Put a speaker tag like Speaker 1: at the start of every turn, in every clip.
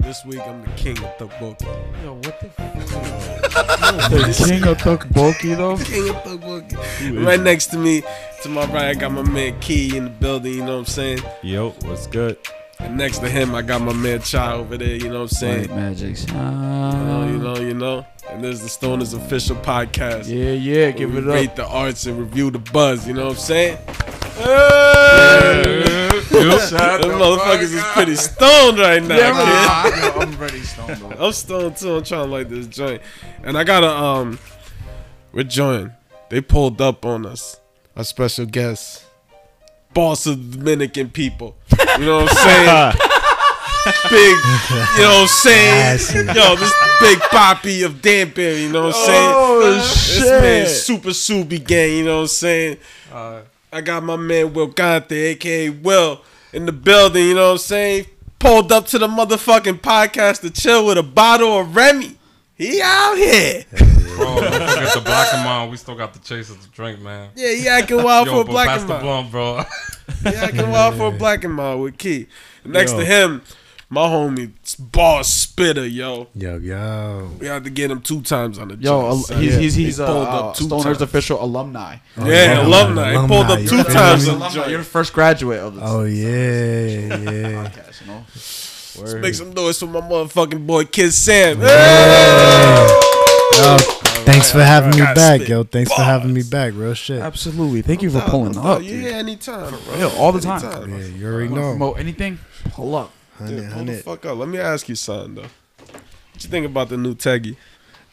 Speaker 1: this week I'm the king of tteokbokki.
Speaker 2: Yo, what the?
Speaker 3: The king of Tokboki though.
Speaker 1: King of tteokbokki. Right next to me, to my right, I got my man Key in the building. You know what I'm saying?
Speaker 3: Yo, what's good?
Speaker 1: And next to him, I got my man Chai over there. You know what I'm saying?
Speaker 3: Right, Magic.
Speaker 1: You
Speaker 3: Uh,
Speaker 1: know, you know, you know. And this is the Stoners official podcast.
Speaker 3: Yeah, yeah, give
Speaker 1: we
Speaker 3: it up.
Speaker 1: rate the arts and review the buzz. You know what I'm saying?
Speaker 3: Yo,
Speaker 1: Them motherfuckers is pretty stoned right now.
Speaker 3: Yeah,
Speaker 1: kid.
Speaker 2: I'm ready, stoned. though.
Speaker 1: I'm stoned too. I'm trying to light this joint, and I gotta um, we're joined. They pulled up on us. Our special guest, boss of the Dominican people. You know what I'm saying? big, you know what I'm saying? Yo, this big poppy of Danbury. You know what I'm saying?
Speaker 3: Oh,
Speaker 1: This man,
Speaker 3: shit.
Speaker 1: super Subi gang. You know what I'm saying?
Speaker 2: Uh,
Speaker 1: I got my man Will Gante, aka Will, in the building, you know what I'm saying? Pulled up to the motherfucking podcast to chill with a bottle of Remy. He out here.
Speaker 4: Bro, we still got the black and mild. We still got the chase of the drink, man.
Speaker 1: Yeah, he acting wild for a
Speaker 4: but
Speaker 1: black
Speaker 4: pass
Speaker 1: and
Speaker 4: the
Speaker 1: mild.
Speaker 4: blunt, bro.
Speaker 1: He acting wild for a black and mild with Key. Next
Speaker 3: Yo.
Speaker 1: to him, my homie, boss spitter, yo.
Speaker 5: Yo, yo.
Speaker 1: We had to get him two times on the
Speaker 3: Yo,
Speaker 1: joint,
Speaker 3: al-
Speaker 1: son.
Speaker 3: he's he's he's
Speaker 1: He
Speaker 3: uh,
Speaker 1: pulled
Speaker 3: uh,
Speaker 1: up two
Speaker 3: Stoner's Oh,
Speaker 1: times.
Speaker 3: official alumni.
Speaker 1: Yeah, alumni.
Speaker 5: Alumni,
Speaker 1: He pulled up
Speaker 5: alumni,
Speaker 1: two
Speaker 5: you feel
Speaker 1: times
Speaker 5: me?
Speaker 1: on the
Speaker 3: You're the
Speaker 1: joint.
Speaker 3: first graduate of this
Speaker 5: Oh, yeah, yeah.
Speaker 3: podcast, you know.
Speaker 1: Make some noise for my motherfucking boy, Kid Sam.
Speaker 5: Yo, thanks for having me
Speaker 1: Gotta
Speaker 5: back,
Speaker 1: spit
Speaker 5: yo. Thanks for having me back, real shit.
Speaker 3: Absolutely. Thank you for pulling up.
Speaker 1: Yeah,
Speaker 3: dude.
Speaker 1: anytime. bro.
Speaker 3: Yeah, all the time.
Speaker 1: Anytime.
Speaker 5: Yeah, you already
Speaker 3: Wanna
Speaker 5: know.
Speaker 3: promote anything? Pull up.
Speaker 1: Dude,
Speaker 5: Hundred,
Speaker 1: pull the
Speaker 5: hundred.
Speaker 1: fuck up. Let me ask you something though. What you think about the new Teggy?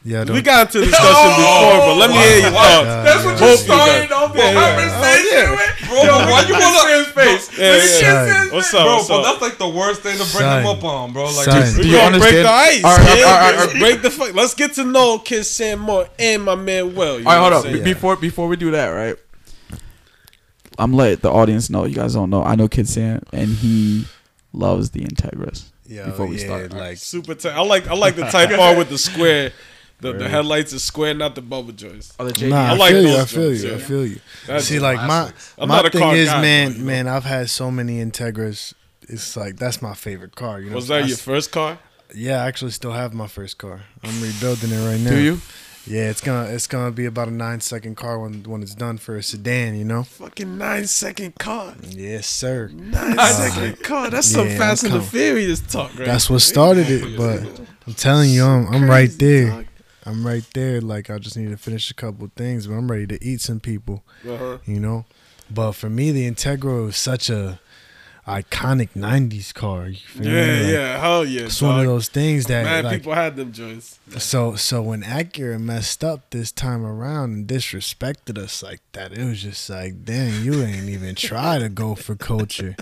Speaker 5: Yeah,
Speaker 1: We
Speaker 5: don't.
Speaker 1: got into discussion before, but let me hear
Speaker 3: Oh,
Speaker 1: your thoughts.
Speaker 5: Uh,
Speaker 4: That's what
Speaker 1: yeah.
Speaker 4: you started
Speaker 1: Yeah,
Speaker 4: off with.
Speaker 1: yeah.
Speaker 4: Conversation,
Speaker 1: Oh,
Speaker 4: with? bro. Why you want to face?
Speaker 1: Yeah,
Speaker 4: This
Speaker 1: yeah.
Speaker 4: shit
Speaker 5: Son.
Speaker 4: says-
Speaker 1: What's up,
Speaker 4: Bro,
Speaker 1: what's
Speaker 4: but
Speaker 1: up?
Speaker 4: that's like the worst thing to bring
Speaker 5: Son.
Speaker 4: him up on, bro. Like,
Speaker 5: Son.
Speaker 1: We
Speaker 3: Do
Speaker 1: gonna
Speaker 3: you
Speaker 1: break
Speaker 3: understand?
Speaker 1: the ice.
Speaker 3: All right,
Speaker 1: kid.
Speaker 3: all right, all
Speaker 1: Let's break the fuck. Let's get to know Kid Sam more and my man Will. You
Speaker 3: All right,
Speaker 1: know
Speaker 3: hold
Speaker 1: what
Speaker 3: up.
Speaker 1: I'm
Speaker 3: Be-
Speaker 1: saying?
Speaker 3: Before before we do that, right? I'm let the audience know. You guys don't know. I know Kid Sam, and he loves the Integris.
Speaker 5: Yo,
Speaker 3: before we start.
Speaker 5: like,
Speaker 1: Super tight. I like I like the Type R with the square. The, the headlights are square, not the bubble joints.
Speaker 3: Oh, the JD.
Speaker 5: nah, I,
Speaker 1: I like
Speaker 5: feel you.
Speaker 1: those
Speaker 5: I feel
Speaker 1: joints,
Speaker 5: you. I
Speaker 1: yeah.
Speaker 5: feel you.
Speaker 1: That's
Speaker 5: See, like my
Speaker 1: I'm
Speaker 5: my
Speaker 1: not a
Speaker 5: thing
Speaker 1: car
Speaker 5: is,
Speaker 1: guy,
Speaker 5: man,
Speaker 1: but, you
Speaker 5: man, I've had so many Integras. It's like that's my favorite car. You know,
Speaker 1: Was
Speaker 5: I
Speaker 1: that
Speaker 5: s-
Speaker 1: your first car?
Speaker 5: Yeah, I actually still have my first car. I'm rebuilding it right now.
Speaker 3: Do you?
Speaker 5: Yeah, it's gonna it's gonna be about a nine second car when when it's done for a sedan. You know.
Speaker 1: Fucking nine second car.
Speaker 5: Yes, sir.
Speaker 1: Nine second car. That's some
Speaker 5: yeah,
Speaker 1: Fast
Speaker 5: I'm
Speaker 1: and the
Speaker 5: coming.
Speaker 1: Furious talk, right?
Speaker 5: That's what started it. But I'm telling you, I'm, I'm right there. I'm right there. Like I just need to finish a couple things, but I'm ready to eat some people.
Speaker 1: Uh-huh.
Speaker 5: You know. But for me, the Integra is such a iconic '90s car. You feel me?
Speaker 1: Yeah,
Speaker 5: Like,
Speaker 1: yeah, hell yeah.
Speaker 5: It's one of
Speaker 1: dog.
Speaker 5: those things that
Speaker 1: Mad
Speaker 5: like,
Speaker 1: people had them joints.
Speaker 5: So so when Acura messed up this time around and disrespected us like that, it was just like, dang, you ain't even try to go for culture.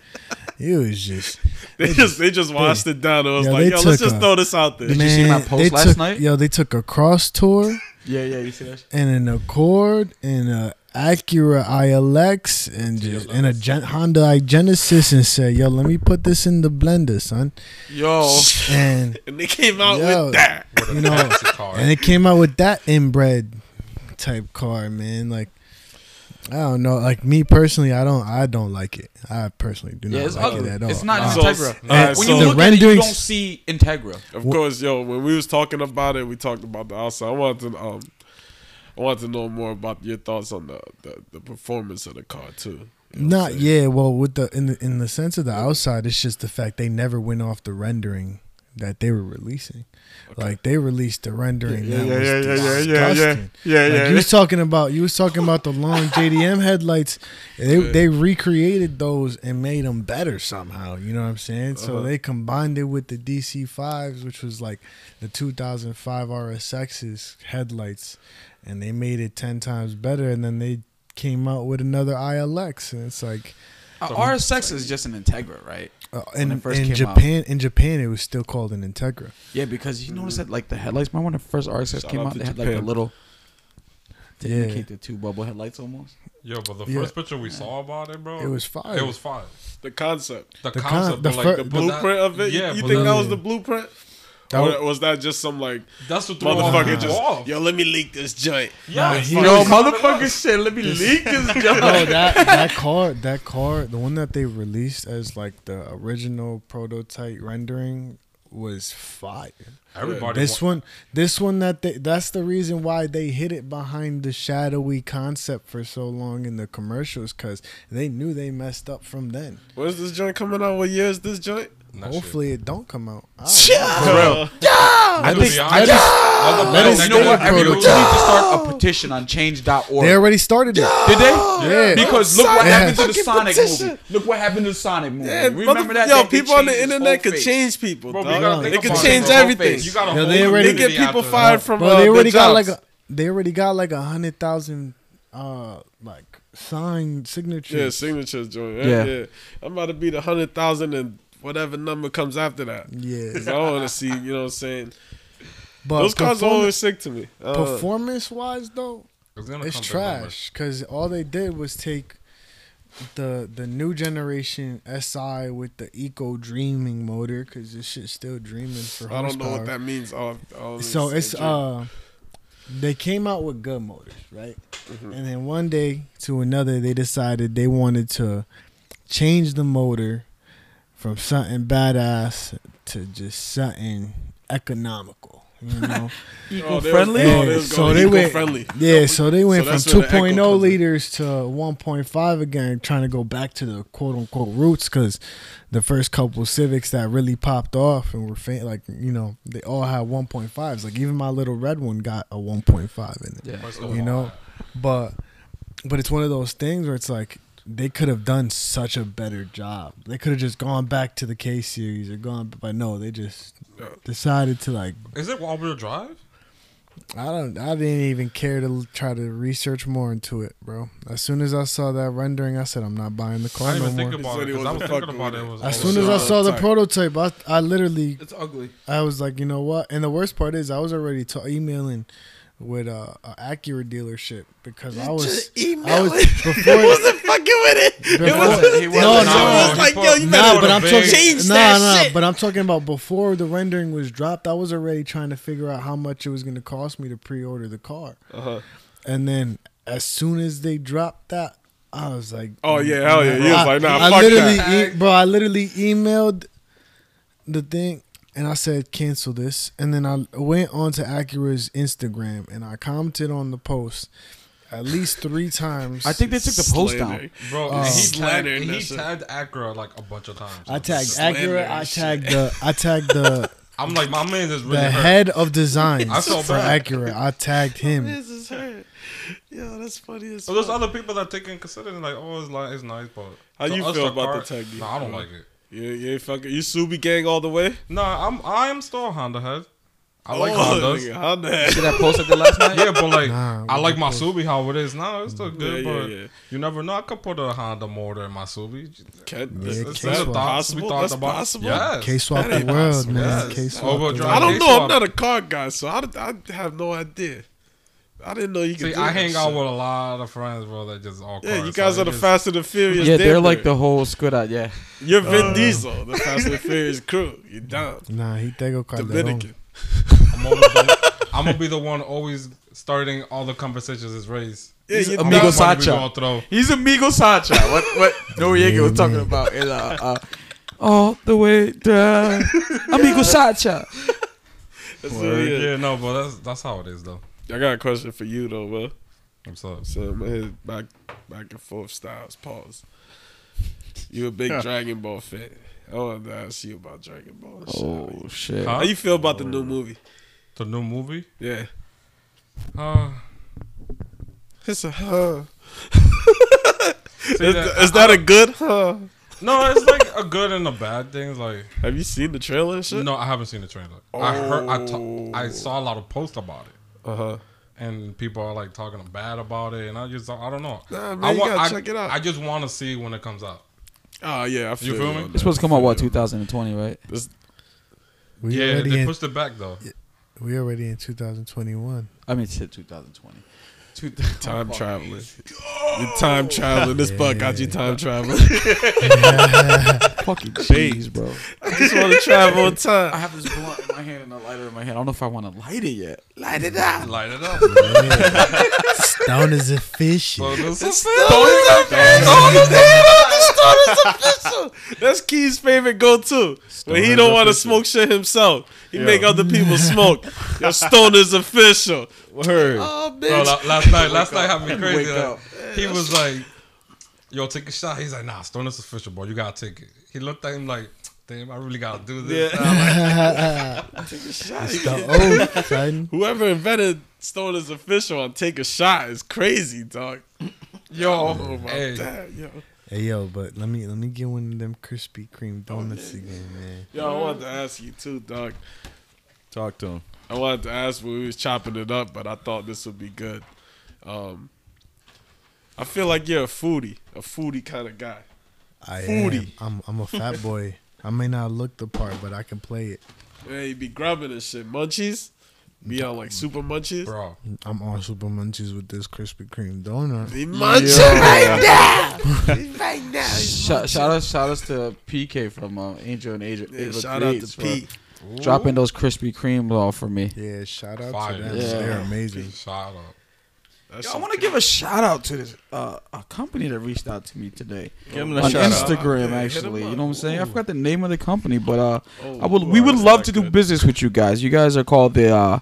Speaker 5: You was just
Speaker 1: They just they just washed it down. It was
Speaker 5: Yeah,
Speaker 1: like,
Speaker 5: they
Speaker 1: yo, let's
Speaker 5: took
Speaker 1: just
Speaker 5: a-
Speaker 1: throw this out there.
Speaker 3: you see my post
Speaker 5: they
Speaker 3: last
Speaker 5: took,
Speaker 3: night?
Speaker 5: Yo, they took a cross tour
Speaker 3: Yeah, yeah. You see that?
Speaker 5: and an Accord and a Acura ILX and just and a Gen- Honda I Genesis and said, yo, let me put this in the blender, son.
Speaker 3: Yo.
Speaker 5: And
Speaker 1: And they came out
Speaker 5: Yo.
Speaker 1: with that.
Speaker 5: you know, and it came out with that inbred type car, man. Like I don't know, like me personally, I don't, I don't like it. I personally do not
Speaker 3: Yeah, it's
Speaker 5: like
Speaker 3: ugly.
Speaker 5: it at all.
Speaker 3: It's not
Speaker 1: So-
Speaker 3: Integra.
Speaker 1: alright,
Speaker 3: when
Speaker 1: so-
Speaker 3: you
Speaker 5: The
Speaker 3: look at it, you
Speaker 5: renderings-
Speaker 3: don't see Integra.
Speaker 1: Of
Speaker 5: Wha-
Speaker 1: course, yo, when we was talking about it, we talked about the outside. I wanted to um I wanted to know more about your thoughts on the, the, the performance of the car too. You know what
Speaker 5: Not
Speaker 1: I'm
Speaker 5: yeah. Well, with the in the in the sense of the outside, it's just the fact they never went off the rendering that they were releasing. Like they released the rendering
Speaker 1: Yeah,
Speaker 5: that
Speaker 1: yeah,
Speaker 5: was
Speaker 1: yeah, yeah, yeah,
Speaker 5: disgusting.
Speaker 1: yeah, yeah.
Speaker 5: yeah, yeah, You was talking about you was talking about the long JDM headlights. They they recreated those and made them better somehow. You know what I'm saying? So
Speaker 1: Uh-huh.
Speaker 5: they combined it with the DC fives, which was like the 2005 RSX's headlights, and they made it ten times better. And then they came out with another ILX, and it's like
Speaker 3: Uh, RSX is just an Integra, right?
Speaker 5: uh,
Speaker 3: When
Speaker 5: in,
Speaker 3: it first
Speaker 5: in
Speaker 3: came
Speaker 5: Japan, in Japan, it was still called an Integra.
Speaker 3: Yeah, because you notice that like the headlights. Remember when the first RSX
Speaker 1: Shout
Speaker 3: came
Speaker 1: out
Speaker 3: Mm-hmm. out,
Speaker 1: to
Speaker 3: they had like a
Speaker 1: Japan.
Speaker 3: little to
Speaker 5: Yeah.
Speaker 3: indicate the two bubble headlights almost.
Speaker 4: Yo, but the
Speaker 5: Yeah.
Speaker 4: first picture we saw about it, bro,
Speaker 5: It was fire.
Speaker 4: It was fire.
Speaker 1: saying? The concept.
Speaker 4: The,
Speaker 5: The con-
Speaker 4: concept,
Speaker 5: the
Speaker 4: but,
Speaker 5: fir-
Speaker 4: like the
Speaker 5: the
Speaker 4: but
Speaker 1: Blueprint
Speaker 4: that-
Speaker 1: of it.
Speaker 4: Yeah,
Speaker 1: you
Speaker 4: but
Speaker 1: think that
Speaker 4: that-
Speaker 1: was the blueprint?
Speaker 5: That
Speaker 1: or
Speaker 5: was-
Speaker 1: was that just some like
Speaker 4: That's what threw all
Speaker 1: motherfucker
Speaker 4: of
Speaker 1: just
Speaker 4: us off.
Speaker 1: yo, let me leak this joint.
Speaker 4: yeah,
Speaker 5: he-
Speaker 4: fuck,
Speaker 5: Yo,
Speaker 4: it's not enough.
Speaker 3: shit, let me leak this
Speaker 5: no, that that car, that car, the one that they released as like the original prototype rendering was fire.
Speaker 4: Everybody.
Speaker 5: This
Speaker 4: wa-
Speaker 5: one, this one that they, that's the reason why they hid it behind the shadowy concept for so long in the commercials because they knew they messed up from then.
Speaker 1: Where's this joint coming out? What year is this joint?
Speaker 4: Nah, shit.
Speaker 5: Hopefully, it don't come out. I don't know.
Speaker 1: For real.
Speaker 4: I
Speaker 3: think- I
Speaker 5: Let us
Speaker 4: just.
Speaker 5: You know what?
Speaker 3: Every-
Speaker 5: Everybody-
Speaker 3: we need to start a petition on change.org.
Speaker 5: They already started it.
Speaker 3: Did they?
Speaker 5: Yeah.
Speaker 3: Because look what
Speaker 5: Yeah.
Speaker 3: happened to the
Speaker 1: Fucking
Speaker 3: Oh, Sonic
Speaker 1: petition.
Speaker 3: movie. Look what happened to the Sonic movie.
Speaker 1: Yeah,
Speaker 3: Remember
Speaker 1: motherf-
Speaker 3: that?
Speaker 1: Yo,
Speaker 3: They
Speaker 1: people on
Speaker 3: changed
Speaker 1: the
Speaker 3: his
Speaker 1: internet
Speaker 3: whole
Speaker 1: could
Speaker 3: face. Oh,
Speaker 1: change people.
Speaker 4: Bro,
Speaker 1: Bro,
Speaker 4: we gotta
Speaker 1: they
Speaker 4: think
Speaker 1: could
Speaker 4: about it,
Speaker 1: change
Speaker 4: bro.
Speaker 1: everything.
Speaker 4: You got a whole
Speaker 5: Yo, they already-
Speaker 1: They
Speaker 4: community
Speaker 1: get people
Speaker 4: out there.
Speaker 1: fired from.
Speaker 5: Bro,
Speaker 1: uh,
Speaker 5: they already
Speaker 1: their
Speaker 5: got like
Speaker 1: jobs.
Speaker 5: a, they already got like a hundred thousand uh like signed
Speaker 1: Yeah,
Speaker 5: signatures.
Speaker 1: signature joint. Yeah,
Speaker 3: Yeah.
Speaker 1: yeah. I'm about to be the hundred thousand and whatever number comes after that.
Speaker 5: Yeah,
Speaker 1: 'Cause I want to see, you know what I'm saying?
Speaker 5: but
Speaker 1: Those cars are
Speaker 5: perform-
Speaker 1: always sick to me. Uh,
Speaker 5: performance wise though,
Speaker 4: It's, gonna
Speaker 5: it's
Speaker 4: come to numbers.
Speaker 5: trash because all they did was take the the new generation SI with the eco dreaming motor because this shit's still dreaming for
Speaker 1: I
Speaker 5: horsepower.
Speaker 1: don't know what that means. All, all this
Speaker 5: so it's
Speaker 1: shit.
Speaker 5: uh they came out with good motors right
Speaker 1: Mm-hmm.
Speaker 5: and then one day to another they decided they wanted to change the motor from something badass to just something economical you know
Speaker 1: Oh, they was-
Speaker 3: friendly?
Speaker 1: oh, they
Speaker 5: Yeah,
Speaker 1: was
Speaker 5: so
Speaker 1: going
Speaker 5: they went-
Speaker 1: eco-friendly.
Speaker 5: yeah so they went
Speaker 1: that's
Speaker 5: from
Speaker 1: where the echo comes
Speaker 5: 2.0
Speaker 1: in.
Speaker 5: liters to 1.5 again trying to go back to the quote unquote roots because the first couple civics that really popped off and were fa- like you know they all had 1.5s like even my little red one got a 1.5 in it
Speaker 4: First of
Speaker 5: you
Speaker 4: all,
Speaker 5: know but but it's one of those things where it's like they could have done such a better job they could have just gone back to the k series or gone but no they just decided to like
Speaker 4: Is it all wheel drive?
Speaker 5: i don't i didn't even care to l- try to research more into it bro as soon as i saw that rendering i said i'm not buying the
Speaker 4: I
Speaker 5: car
Speaker 4: didn't
Speaker 5: no
Speaker 4: even think
Speaker 5: more
Speaker 4: about
Speaker 1: Said he
Speaker 4: it 'cause I
Speaker 1: wasn't
Speaker 4: was thinking
Speaker 1: fucking
Speaker 4: about it.
Speaker 1: with
Speaker 4: it
Speaker 1: it.
Speaker 4: was
Speaker 5: as
Speaker 4: all
Speaker 5: soon as
Speaker 4: wheel
Speaker 5: i
Speaker 4: drive.
Speaker 5: saw the
Speaker 1: Type.
Speaker 5: prototype i, I literally
Speaker 2: It's ugly.
Speaker 5: I was like, you know what? And the worst part is, I was already ta- emailing with uh, a Acura dealership because I was I was before.
Speaker 1: It wasn't fucking with it. It
Speaker 5: Before-
Speaker 1: wasn't.
Speaker 3: He wasn't-
Speaker 1: No,
Speaker 5: no,
Speaker 1: no. It was like, yo, you
Speaker 5: Nah,
Speaker 1: better
Speaker 5: but I'm
Speaker 4: Big-
Speaker 5: talking.
Speaker 1: change
Speaker 5: nah,
Speaker 1: that
Speaker 5: nah,
Speaker 1: shit.
Speaker 5: But I'm talking about before the rendering was dropped. I was already trying to figure out how much it was going to cost me to pre-order the car.
Speaker 1: Uh-huh.
Speaker 5: And then as soon as they dropped that, I was like,
Speaker 1: Oh, yeah, hell yeah.
Speaker 5: Bro,
Speaker 1: He was
Speaker 5: I-
Speaker 1: like, nah,
Speaker 5: I
Speaker 1: fuck
Speaker 5: literally,
Speaker 1: that.
Speaker 5: e- bro, I literally emailed the thing and I said cancel this, and then I went onto Acura's Instagram and I commented on the post at least three times.
Speaker 3: I think they took the post down.
Speaker 1: Slander.
Speaker 4: Bro,
Speaker 5: Oh.
Speaker 4: and he tagged,
Speaker 1: Slandering
Speaker 4: he
Speaker 1: that shit.
Speaker 4: tagged Acura like a bunch of times.
Speaker 5: I tagged
Speaker 1: Slander
Speaker 5: Acura. I
Speaker 1: and shit.
Speaker 5: tagged the. I tagged the
Speaker 4: I'm like, my man is really
Speaker 5: the
Speaker 4: hurt.
Speaker 5: head of design
Speaker 4: I felt
Speaker 5: for
Speaker 4: bad.
Speaker 5: Acura. I tagged him.
Speaker 1: This is hurt. Yo, that's funny as
Speaker 4: So there's
Speaker 1: fuck.
Speaker 4: other people that take in consideration, like, oh, it's, like, it's nice, but
Speaker 1: How
Speaker 4: to
Speaker 1: you
Speaker 4: us,
Speaker 1: feel about the
Speaker 4: car-
Speaker 1: tech, dude?
Speaker 4: Nah, I don't like it.
Speaker 1: You, you ain't fucking. You Subi gang all the way?
Speaker 4: Nah, I'm I am still a Honda head. I like
Speaker 1: oh,
Speaker 4: Hondas.
Speaker 1: nigga, Honda. Yeah,
Speaker 3: Did I post it the last night?
Speaker 4: Yeah, but like
Speaker 5: Nah,
Speaker 4: I like my Subi how it is now. It's still good,
Speaker 1: yeah,
Speaker 4: but
Speaker 1: yeah.
Speaker 4: you never know. I could put a Honda motor in my Subi.
Speaker 1: Can,
Speaker 5: Yeah,
Speaker 1: is,
Speaker 5: K
Speaker 1: is that
Speaker 5: swap.
Speaker 1: possible? That's possible?
Speaker 4: Yes.
Speaker 5: K swap the world, man. K swap.
Speaker 4: Overdrive.
Speaker 1: I don't
Speaker 4: K
Speaker 1: know. I'm
Speaker 4: swap.
Speaker 1: not a car guy, so I, I have no idea. I didn't know you could.
Speaker 4: See,
Speaker 1: do
Speaker 4: I
Speaker 1: that
Speaker 4: hang out
Speaker 1: shit.
Speaker 4: with a lot of friends, bro. That just all
Speaker 1: Yeah,
Speaker 4: cars,
Speaker 1: you
Speaker 4: so
Speaker 1: guys
Speaker 4: I
Speaker 1: are the
Speaker 4: just-
Speaker 1: Fast and the Furious.
Speaker 3: Yeah, they're like uh,
Speaker 1: Denver.
Speaker 3: the whole Squid Yeah.
Speaker 1: You're Vin Diesel, the Fast and the Furious crew. You're down.
Speaker 5: Nah, he tego Carlero.
Speaker 1: Dominican.
Speaker 4: I'm, always the- I'm gonna be the one always starting all the conversations is race.
Speaker 1: Yeah,
Speaker 3: He's
Speaker 1: you're
Speaker 3: amigo
Speaker 1: down.
Speaker 3: Amigos
Speaker 4: That's what we
Speaker 3: Sacha.
Speaker 4: all throw.
Speaker 3: He's amigo Sacha. What what Noriega was talking about in uh, uh all the way down. Amigo Sacha.
Speaker 1: That's what
Speaker 4: Yeah.
Speaker 1: he is.
Speaker 4: no, but that's that's how it is though.
Speaker 1: I got a question for you though, Will.
Speaker 4: I'm sorry.
Speaker 1: So my head back back and forth styles. Pause. You a big Dragon Ball fan. I wanted to ask you about Dragon Ball. and shit.
Speaker 3: Oh shit.
Speaker 1: How you feel about the new movie?
Speaker 4: The new movie?
Speaker 1: Yeah.
Speaker 4: Uh,
Speaker 1: It's a huh.
Speaker 4: see
Speaker 1: Is,
Speaker 4: that-
Speaker 1: is that a good huh?
Speaker 4: no, it's like a good and a bad thing. Like,
Speaker 1: Have you seen the trailer and shit?
Speaker 4: no, I haven't seen the trailer. I heard, I, ta- I
Speaker 1: Oh.
Speaker 4: saw a lot of posts about it.
Speaker 1: Uh huh.
Speaker 4: and people are like talking bad about it, and I just I don't know.
Speaker 1: Nah, man,
Speaker 4: I
Speaker 1: you
Speaker 4: wa-
Speaker 1: gotta
Speaker 4: I-
Speaker 1: check it out.
Speaker 4: I just want to see when it comes out.
Speaker 1: Oh yeah, I feel
Speaker 4: feel me?
Speaker 1: on that.
Speaker 3: It's supposed to come out what
Speaker 1: Feel you.
Speaker 3: 2020, right?
Speaker 1: This-
Speaker 5: We
Speaker 4: yeah,
Speaker 5: already
Speaker 4: they
Speaker 5: in,
Speaker 4: pushed it back though.
Speaker 5: we already in 2021.
Speaker 3: I mean, shit, 2020. Two,
Speaker 1: Time traveling. You time traveling. This buck got you time traveling.
Speaker 3: Fucking jeez, bro.
Speaker 1: I just want to travel in
Speaker 3: I
Speaker 1: time.
Speaker 3: have this blunt in my hand and a lighter in my hand. I don't know if I want to light it yet. Light it up.
Speaker 4: Light it up.
Speaker 5: Down as a fish.
Speaker 4: so this is
Speaker 3: Don't even- don't even- don't even-
Speaker 1: it's official. That's Key's favorite go-to when he
Speaker 2: Stoner's
Speaker 1: don't want to
Speaker 2: official.
Speaker 1: smoke shit himself. He make other people smoke. Your stone is official.
Speaker 2: Word.
Speaker 1: Oh, bitch.
Speaker 4: Bro, la- last night, last night had me
Speaker 2: Wake
Speaker 4: crazy. Like,
Speaker 2: up.
Speaker 4: he was like, "Yo, take a shot." He's like, "Nah, Stone is official, bro. You gotta take it." He looked at him like, "Damn, I really gotta do this."
Speaker 1: Yeah.
Speaker 4: Nah, like,
Speaker 5: The oath, son.
Speaker 1: Whoever invented stone is official on take a shot is crazy, dog.
Speaker 4: yo,
Speaker 1: Hey.
Speaker 4: hey,
Speaker 1: yo.
Speaker 5: Hey yo, but let me let me get one of them Krispy Kreme
Speaker 4: Oh,
Speaker 5: donuts again, man.
Speaker 1: yo, I wanted to ask you too, dog.
Speaker 2: Talk to him.
Speaker 1: I wanted to ask when we was chopping it up, but I thought this would be good. Um, I feel like you're a foodie, a foodie kind of guy.
Speaker 5: I am.
Speaker 1: Foodie.
Speaker 5: I'm I'm a fat boy. I may not look the part, but I can play it.
Speaker 1: Man, you be grubbing and shit. Munchies? Be on like super munchies?
Speaker 4: bro,
Speaker 5: I'm on super munchies with this Krispy Kreme donut.
Speaker 1: Be munching
Speaker 3: Shout, shout out, shout outs to PK from uh, Angel and Adrian.
Speaker 1: Yeah, shout out to Pete.
Speaker 3: dropping those Krispy Kremes off for me.
Speaker 5: Yeah, shout out
Speaker 4: Fire.
Speaker 5: to them.
Speaker 3: Yeah.
Speaker 5: They're amazing.
Speaker 4: shout out.
Speaker 1: That's
Speaker 3: Yo, I
Speaker 1: some-
Speaker 3: want to give a shout out to this uh, a company that reached out to me today
Speaker 2: Give him
Speaker 3: on
Speaker 1: shout out. Yeah,
Speaker 3: Instagram.
Speaker 1: hit 'em
Speaker 3: actually, you know
Speaker 1: up.
Speaker 3: what I'm saying? I
Speaker 1: Ooh.
Speaker 3: forgot the name of the company, but uh,
Speaker 1: Oh,
Speaker 3: I would
Speaker 1: you
Speaker 3: we
Speaker 1: are
Speaker 3: would
Speaker 1: not
Speaker 3: love to do
Speaker 1: good.
Speaker 3: business with you guys. You guys are called the uh,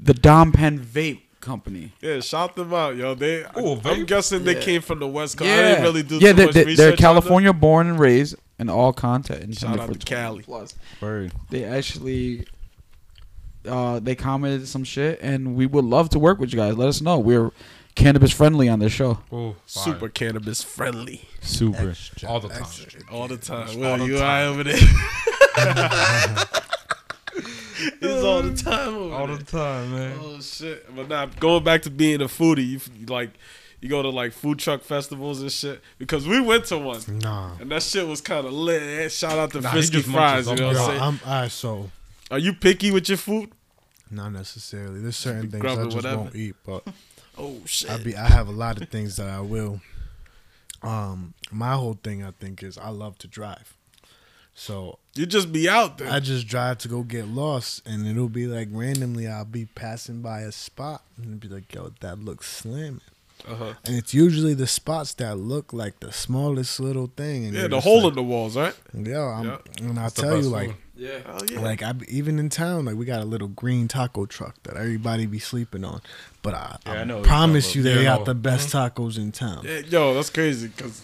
Speaker 3: the Dom Pen Vape Company.
Speaker 1: Yeah, shout them out, yo. They,
Speaker 4: Ooh,
Speaker 1: I'm
Speaker 4: vape?
Speaker 1: guessing they
Speaker 3: Yeah.
Speaker 1: came from the West Coast. I didn't really do
Speaker 3: yeah.
Speaker 1: too
Speaker 3: They're,
Speaker 1: much
Speaker 3: they're, they're
Speaker 1: research on them.
Speaker 3: California born and raised, and all content intended
Speaker 1: out
Speaker 3: for
Speaker 1: to Cali.
Speaker 3: 21 Plus.
Speaker 2: Word.
Speaker 3: They actually. Uh, they commented some shit, and we would love to work with you guys. Let us know. We're cannabis friendly on this show.
Speaker 4: Ooh, fire.
Speaker 1: Super cannabis friendly
Speaker 2: Super.
Speaker 4: all the time.
Speaker 1: all the time.
Speaker 4: All
Speaker 1: Well,
Speaker 4: the
Speaker 1: you
Speaker 4: time.
Speaker 1: eye over there. it's all the time. Over
Speaker 4: All
Speaker 1: there.
Speaker 4: the time, man.
Speaker 1: Oh shit! But now going back to being a foodie, you, f- like you go to like food truck festivals and shit because we went to one
Speaker 5: Nah.
Speaker 1: and that shit was kind of lit. eh? Shout out to
Speaker 4: Nah, he
Speaker 1: Frisky
Speaker 4: just
Speaker 1: Fries.
Speaker 4: munches
Speaker 1: You
Speaker 4: up.
Speaker 1: know what
Speaker 5: Yo,
Speaker 1: I'm saying?
Speaker 5: I'm I so
Speaker 1: Are you picky with your food?
Speaker 5: not necessarily. There's certain things I
Speaker 1: grubbing,
Speaker 5: just
Speaker 1: whatever.
Speaker 5: won't eat, but
Speaker 1: Oh
Speaker 5: I
Speaker 1: shit!
Speaker 5: be I have a lot of things that I will. Um, my whole thing I think is I love to drive, so
Speaker 1: You just be out there.
Speaker 5: I just drive to go get lost, and it'll be like randomly I'll be passing by a spot and be like, "Yo, that looks slim,"
Speaker 1: Uh-huh.
Speaker 5: and it's usually the spots that look like the smallest little thing. And
Speaker 1: Yeah,
Speaker 5: you're
Speaker 1: the
Speaker 5: just
Speaker 1: hole
Speaker 5: like,
Speaker 1: in the walls, right?
Speaker 5: Yo, I'm,
Speaker 1: Yeah.
Speaker 5: and I'll
Speaker 4: That's the
Speaker 5: tell you
Speaker 4: best
Speaker 5: like.
Speaker 4: one.
Speaker 3: Yeah.
Speaker 1: Hell yeah!
Speaker 5: Like I be- even in town, like we got a little green taco truck that everybody be sleeping on. But I,
Speaker 2: Yeah,
Speaker 5: I
Speaker 2: I know what you're
Speaker 5: promise you,
Speaker 4: talking about.
Speaker 5: they
Speaker 4: Yeah, I
Speaker 5: got
Speaker 4: know.
Speaker 5: the best tacos in town.
Speaker 1: yeah, yo, that's crazy because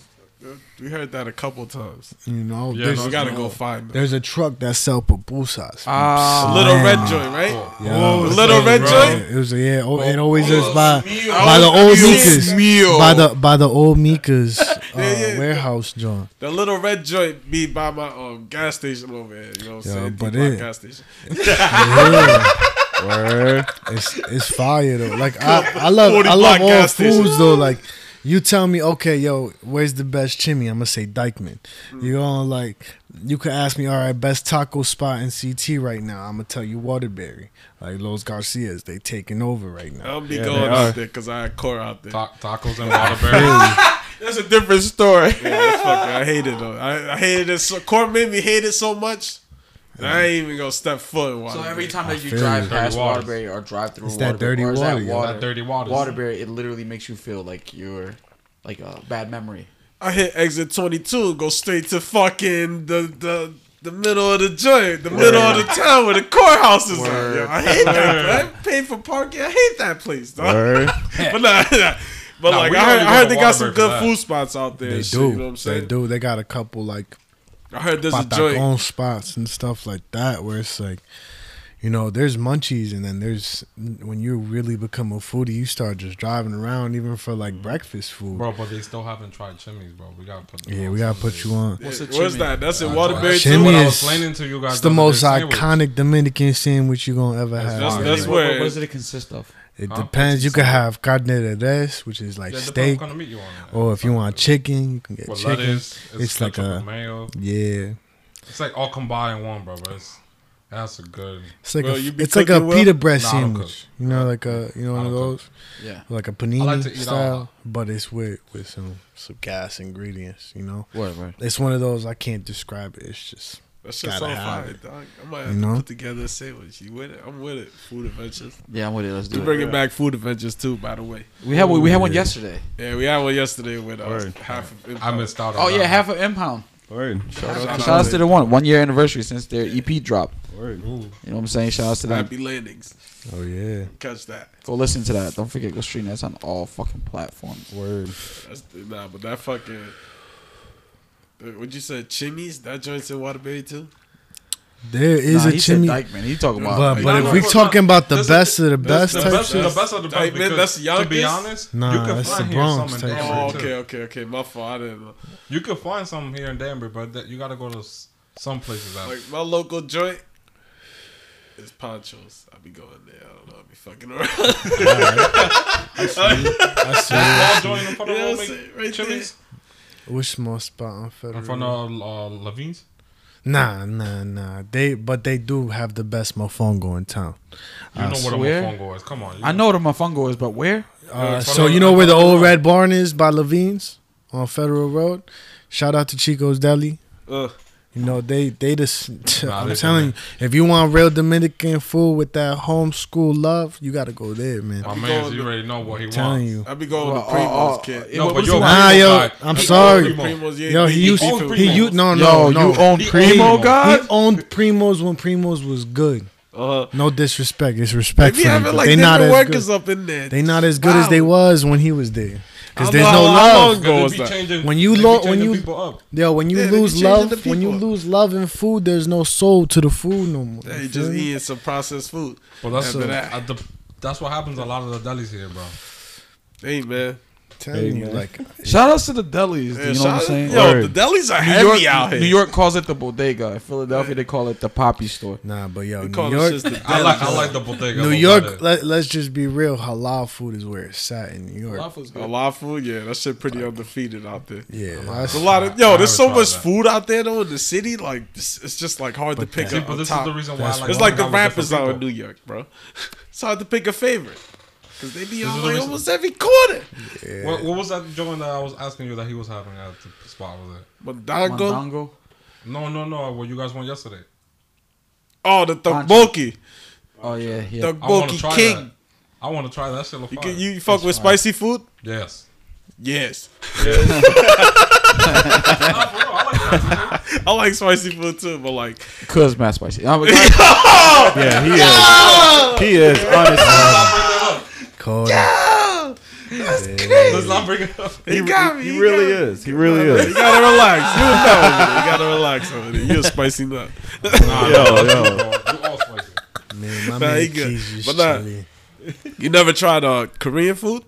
Speaker 1: we heard that a couple times.
Speaker 5: You know,
Speaker 4: Yeah,
Speaker 5: there's,
Speaker 4: no,
Speaker 1: We gotta
Speaker 5: you
Speaker 1: go
Speaker 5: know,
Speaker 1: find them.
Speaker 5: There's a truck that sell pupusas.
Speaker 3: Ah.
Speaker 1: Little Red
Speaker 5: Slam.
Speaker 1: Joint, right?
Speaker 5: Yeah.
Speaker 1: Oh, Little Red
Speaker 4: bro.
Speaker 1: Joint.
Speaker 5: Yeah, It was yeah. Oh, it always
Speaker 4: oh,
Speaker 5: is by
Speaker 4: Smil.
Speaker 5: by the
Speaker 1: Oh,
Speaker 5: old
Speaker 1: Smil.
Speaker 5: Mika's by the by the old Mika's uh,
Speaker 1: yeah.
Speaker 5: warehouse joint.
Speaker 1: The little red joint be by my um gas station over here. You know what I'm
Speaker 5: Yeah,
Speaker 1: saying?
Speaker 5: but
Speaker 1: Deep Rock
Speaker 5: it-
Speaker 1: gas station.
Speaker 5: Yeah,
Speaker 2: Word.
Speaker 5: it's it's fire though. Like I I love
Speaker 1: 40
Speaker 5: I love
Speaker 1: block
Speaker 5: all
Speaker 1: gas station.
Speaker 5: foods though. Like you tell me, okay, yo, where's the best chimney? I'm gonna say Dykeman. You
Speaker 1: Mm.
Speaker 5: know, like you could ask me, all right, best taco spot in CT right now. I'm gonna tell you Waterbury. Like Los Garcia's, they taking over right now.
Speaker 1: I'll be
Speaker 2: Yeah,
Speaker 1: going
Speaker 2: they are.
Speaker 1: out there because I had core out there.
Speaker 4: Ta- tacos and Waterbury.
Speaker 1: That's a different story. yeah, that's fucking, I hate it though. I, I hated it. So, core made me hate it so much. that I ain't even gonna step foot in water.
Speaker 3: So every time that you
Speaker 5: feel
Speaker 3: drive
Speaker 5: you.
Speaker 3: past
Speaker 4: Dirty waters.
Speaker 3: Waterbury or drive through
Speaker 5: It's that
Speaker 3: Waterbury,
Speaker 5: dirty
Speaker 3: or is
Speaker 5: water, yo.
Speaker 4: That dirty waters.
Speaker 3: Waterbury, it literally makes you feel like you're like a bad memory.
Speaker 1: I hit exit 22, go straight to fucking the the. The middle of the joint, the middle of the town where the courthouse is at. Yo, I hate that. bro. I paid for parking. I hate that place. Dog.
Speaker 2: Word.
Speaker 1: but nah, nah. But
Speaker 4: Nah,
Speaker 1: like
Speaker 4: we
Speaker 1: I heard,
Speaker 4: only
Speaker 1: I
Speaker 4: go
Speaker 1: heard
Speaker 4: to
Speaker 1: they got some
Speaker 4: Waterbury for
Speaker 1: good
Speaker 4: that.
Speaker 1: food spots out there.
Speaker 5: They
Speaker 1: and shit,
Speaker 5: do.
Speaker 1: You know what I'm
Speaker 5: they
Speaker 1: saying?
Speaker 5: do. They got a couple like
Speaker 1: I heard there's a joint.
Speaker 5: patacon spots and stuff like that where it's like you know there's munchies and then there's when you really become a foodie you start just driving around even for like breakfast food
Speaker 4: Bro, but they still haven't tried chimneys, bro. We gotta put. them
Speaker 5: yeah
Speaker 4: on
Speaker 5: we gotta
Speaker 4: someday.
Speaker 5: put you on
Speaker 1: What's,
Speaker 3: What's a chimney?
Speaker 1: that? That's in
Speaker 4: Uh,
Speaker 1: Waterbury
Speaker 4: that's what
Speaker 1: too.
Speaker 5: Chimney
Speaker 4: I
Speaker 5: is-
Speaker 4: was explaining to you guys.
Speaker 5: it's the
Speaker 4: other day,
Speaker 5: most
Speaker 4: sandwich.
Speaker 5: iconic dominican sandwich you're gonna ever have
Speaker 1: That's- that's
Speaker 3: What-
Speaker 1: where-
Speaker 3: what, what does it consist of?
Speaker 5: it
Speaker 4: Huh?
Speaker 5: depends you could have carne de res which is like
Speaker 4: Yeah,
Speaker 5: steak
Speaker 4: Gonna meet you on that.
Speaker 5: or if you want chicken you can get
Speaker 4: With
Speaker 5: chicken
Speaker 4: lettuce, it's,
Speaker 5: it's like
Speaker 4: ketchup
Speaker 5: a-
Speaker 4: and mayo.
Speaker 5: yeah
Speaker 4: It's like all combined in one, bro. But it's, that's a good.
Speaker 5: it's like
Speaker 1: Well,
Speaker 5: a,
Speaker 1: you be
Speaker 5: it's like a
Speaker 1: cooking well?
Speaker 5: pita bread
Speaker 4: Nah, I don't cook.
Speaker 5: sandwich you know like a you know
Speaker 4: I
Speaker 5: one of
Speaker 4: don't
Speaker 5: those
Speaker 4: cook.
Speaker 3: Yeah.
Speaker 5: like a panini
Speaker 4: like to eat
Speaker 5: style,
Speaker 4: all.
Speaker 5: but it's with with some some gas ingredients. You know,
Speaker 3: Whatever.
Speaker 5: it's one of those I can't describe it. It's just
Speaker 1: That shit's
Speaker 5: Gotta
Speaker 1: on
Speaker 5: have
Speaker 1: fire,
Speaker 5: it.
Speaker 1: dog. I might have
Speaker 5: You
Speaker 1: to
Speaker 5: know?
Speaker 1: put together a sandwich. You with it? I'm with it. Food Adventures.
Speaker 3: Yeah, I'm with it. Let's
Speaker 1: You
Speaker 3: do it.
Speaker 1: bringing back Food Adventures too, by the way.
Speaker 3: We had one. We had one yesterday.
Speaker 1: Yeah, we had one yesterday with uh,
Speaker 2: Word.
Speaker 1: half of it.
Speaker 4: I missed out. on
Speaker 3: Oh yeah,
Speaker 4: that.
Speaker 3: half an impound.
Speaker 2: Word. Shout
Speaker 1: Shout
Speaker 2: out.
Speaker 1: out.
Speaker 3: Shout outs to the one one year anniversary since their EP dropped.
Speaker 2: Word.
Speaker 3: You know what I'm saying? Shout outs to them.
Speaker 1: Happy landings.
Speaker 5: Oh yeah.
Speaker 1: Catch that.
Speaker 3: Go listen to that. Don't forget, go stream. That's on all fucking platforms.
Speaker 2: Word.
Speaker 1: That's nah, but that fucking. What you said, Chimmy's? That joint's in Waterbury too.
Speaker 5: There is
Speaker 3: Nah,
Speaker 5: a
Speaker 3: he said
Speaker 5: chimney.
Speaker 3: Dykeman. He talking about.
Speaker 1: Nah,
Speaker 5: But, but
Speaker 1: nah,
Speaker 5: if we
Speaker 1: nah,
Speaker 5: talking about the
Speaker 4: that's
Speaker 5: best of the
Speaker 1: that's
Speaker 5: best
Speaker 1: the
Speaker 5: type
Speaker 1: best
Speaker 5: shit,
Speaker 1: of
Speaker 4: the best of the
Speaker 1: Hey,
Speaker 4: best.
Speaker 1: man,
Speaker 4: because
Speaker 1: that's
Speaker 4: to be
Speaker 1: Yonkers?
Speaker 4: honest,
Speaker 5: Nah,
Speaker 4: you can
Speaker 5: that's
Speaker 4: find
Speaker 5: the
Speaker 4: here
Speaker 5: Bronx
Speaker 4: some in
Speaker 5: type
Speaker 4: Danbury
Speaker 1: Oh,
Speaker 4: too.
Speaker 1: okay, okay, okay. My fault. I didn't know.
Speaker 4: You can find some here in Danbury, but that, you got to go to s- some places out.
Speaker 1: Like my local joint is Ponchos. I be going there. I don't know. I be fucking around.
Speaker 4: All joined in front of
Speaker 1: Yeah,
Speaker 4: all
Speaker 1: I see
Speaker 4: make
Speaker 1: it right
Speaker 4: chilies
Speaker 5: which small spot on Federal?
Speaker 4: in front of uh, Levine's.
Speaker 5: Nah, nah, nah. They but they do have the best mofongo in town.
Speaker 4: You
Speaker 5: Uh, I
Speaker 4: know what a
Speaker 3: swear.
Speaker 4: mofongo is. Come on. you
Speaker 3: I know what a mofongo is, but where?
Speaker 5: Uh,
Speaker 4: in front
Speaker 5: so
Speaker 4: of-
Speaker 5: you know where the old red barn is by Levine's on Federal Road. Shout out to Chico's Deli.
Speaker 1: Uh,
Speaker 5: You know they they just.
Speaker 4: Nah,
Speaker 5: I'm
Speaker 4: they
Speaker 5: telling you, if you want real Dominican food with that homeschool love, you got to go there, man.
Speaker 3: Oh,
Speaker 4: My
Speaker 5: I'm
Speaker 1: I'm
Speaker 4: man,
Speaker 1: going
Speaker 4: you
Speaker 1: to-
Speaker 4: already know what he
Speaker 5: telling
Speaker 4: wants.
Speaker 5: you.
Speaker 1: I be going
Speaker 3: Well,
Speaker 1: to
Speaker 3: uh,
Speaker 1: Primo's
Speaker 3: uh,
Speaker 1: kid.
Speaker 3: Yo,
Speaker 4: No,
Speaker 3: what
Speaker 4: but
Speaker 3: was
Speaker 4: yo,
Speaker 3: it?
Speaker 5: Nah,
Speaker 4: Primo
Speaker 5: yo,
Speaker 4: guy.
Speaker 5: I'm
Speaker 4: He
Speaker 5: sorry.
Speaker 4: owned Primo.
Speaker 1: Primo's, yeah,
Speaker 5: Yo,
Speaker 1: he
Speaker 5: he used
Speaker 4: owned
Speaker 5: he
Speaker 4: Primo's.
Speaker 5: used no
Speaker 3: Yo,
Speaker 5: no no.
Speaker 3: you own
Speaker 4: He
Speaker 3: Primo,
Speaker 4: owned-
Speaker 5: He
Speaker 3: God?
Speaker 5: owned Primos when Primos was good.
Speaker 4: Uh-huh.
Speaker 1: Uh,
Speaker 5: No disrespect, it's
Speaker 1: they
Speaker 5: respect
Speaker 1: be
Speaker 5: for them.
Speaker 1: having
Speaker 5: but
Speaker 1: like
Speaker 5: they not
Speaker 1: different
Speaker 5: as good.
Speaker 1: workers up in there.
Speaker 5: They not as good as they
Speaker 1: Wow.
Speaker 5: was when he was there. Cause
Speaker 1: How
Speaker 5: there's
Speaker 1: long- how
Speaker 5: no love.
Speaker 1: long
Speaker 4: They
Speaker 1: ago was
Speaker 4: be
Speaker 1: that?
Speaker 4: changing-
Speaker 5: When you
Speaker 4: they be
Speaker 5: lo- when
Speaker 4: changing
Speaker 5: you-
Speaker 4: people up.
Speaker 5: Yo, when you
Speaker 1: Yeah, they be
Speaker 5: lose
Speaker 1: changing
Speaker 5: love,
Speaker 1: the
Speaker 5: when you
Speaker 1: people.
Speaker 5: lose love in food, there's no soul to the food no more.
Speaker 1: They
Speaker 5: You
Speaker 1: just
Speaker 5: feel me?
Speaker 1: eating some processed food.
Speaker 4: Well, that's
Speaker 1: After
Speaker 4: a-
Speaker 1: that.
Speaker 4: at the- that's what happens a lot of the delis here, bro.
Speaker 1: Hey man,
Speaker 5: Telling you,
Speaker 2: Amen.
Speaker 5: like
Speaker 3: Shout outs to the delis.
Speaker 1: Yeah,
Speaker 3: you know
Speaker 1: shout
Speaker 3: what I'm
Speaker 1: out-
Speaker 3: saying?
Speaker 1: Yo,
Speaker 2: Word.
Speaker 1: the delis are
Speaker 3: New
Speaker 1: heavy
Speaker 3: York,
Speaker 1: out here.
Speaker 3: New York calls it the bodega. Philadelphia, they call it the poppy store.
Speaker 5: nah, but yo,
Speaker 1: They
Speaker 5: New
Speaker 1: call them
Speaker 5: York,
Speaker 1: shits the
Speaker 4: I like I
Speaker 1: delis.
Speaker 4: like the bodega.
Speaker 5: New
Speaker 4: a lot
Speaker 5: York.
Speaker 4: better.
Speaker 5: Let, let's just be real. Halal food is where it's at in New York.
Speaker 1: a lot of food. Yeah, that shit pretty undefeated out there.
Speaker 5: Yeah,
Speaker 1: There's
Speaker 5: that's-
Speaker 1: a lot of
Speaker 4: I-
Speaker 1: yo.
Speaker 4: I
Speaker 1: There's so
Speaker 4: haven't tried
Speaker 1: much
Speaker 4: that.
Speaker 1: food out there though in the city. Like it's, it's just like hard to pick
Speaker 4: See,
Speaker 1: up.
Speaker 4: but
Speaker 1: on
Speaker 4: this
Speaker 1: top.
Speaker 4: is the reason why I like
Speaker 1: It's like the
Speaker 4: hanging out with
Speaker 1: rappers
Speaker 4: different
Speaker 1: out in New York, bro. It's hard to pick a favorite because they be on
Speaker 4: is the
Speaker 1: like
Speaker 4: reason-
Speaker 1: almost every corner.
Speaker 4: people. What, what was that joint that I was asking you that he was having at the spot? Was it?
Speaker 1: Mondongo.
Speaker 3: Mondongo.
Speaker 4: No, no, no. What you guys went yesterday?
Speaker 1: Oh, the
Speaker 3: Concha.
Speaker 1: Thugboki.
Speaker 3: Oh yeah, yeah.
Speaker 4: I want to
Speaker 1: Thugboki
Speaker 4: try
Speaker 1: King.
Speaker 4: that. I want to try that shit. look
Speaker 1: You,
Speaker 4: fire.
Speaker 1: can, you you fuck with spicy food?
Speaker 4: yes.
Speaker 1: Yes.
Speaker 4: Nah, for real, I like that.
Speaker 1: I like spicy food too, but like
Speaker 3: Cuz mad spicy. I'm a-
Speaker 2: Yeah, he is. He is. Honestly,
Speaker 5: Cold.
Speaker 4: Let's not bring it up.
Speaker 1: he, got me.
Speaker 2: he really
Speaker 1: got me.
Speaker 2: is. He really
Speaker 1: You
Speaker 2: is.
Speaker 1: gotta relax. You a nut over there. You gotta relax over there. You a spicy nut.
Speaker 4: Nah,
Speaker 2: Yo,
Speaker 4: nah,
Speaker 2: yo.
Speaker 4: nah, you all spicy.
Speaker 5: Man, my
Speaker 1: Nah, he
Speaker 5: man
Speaker 1: good.
Speaker 5: Keys is
Speaker 1: But nah.
Speaker 5: chilly.
Speaker 1: You never tried uh Korean food?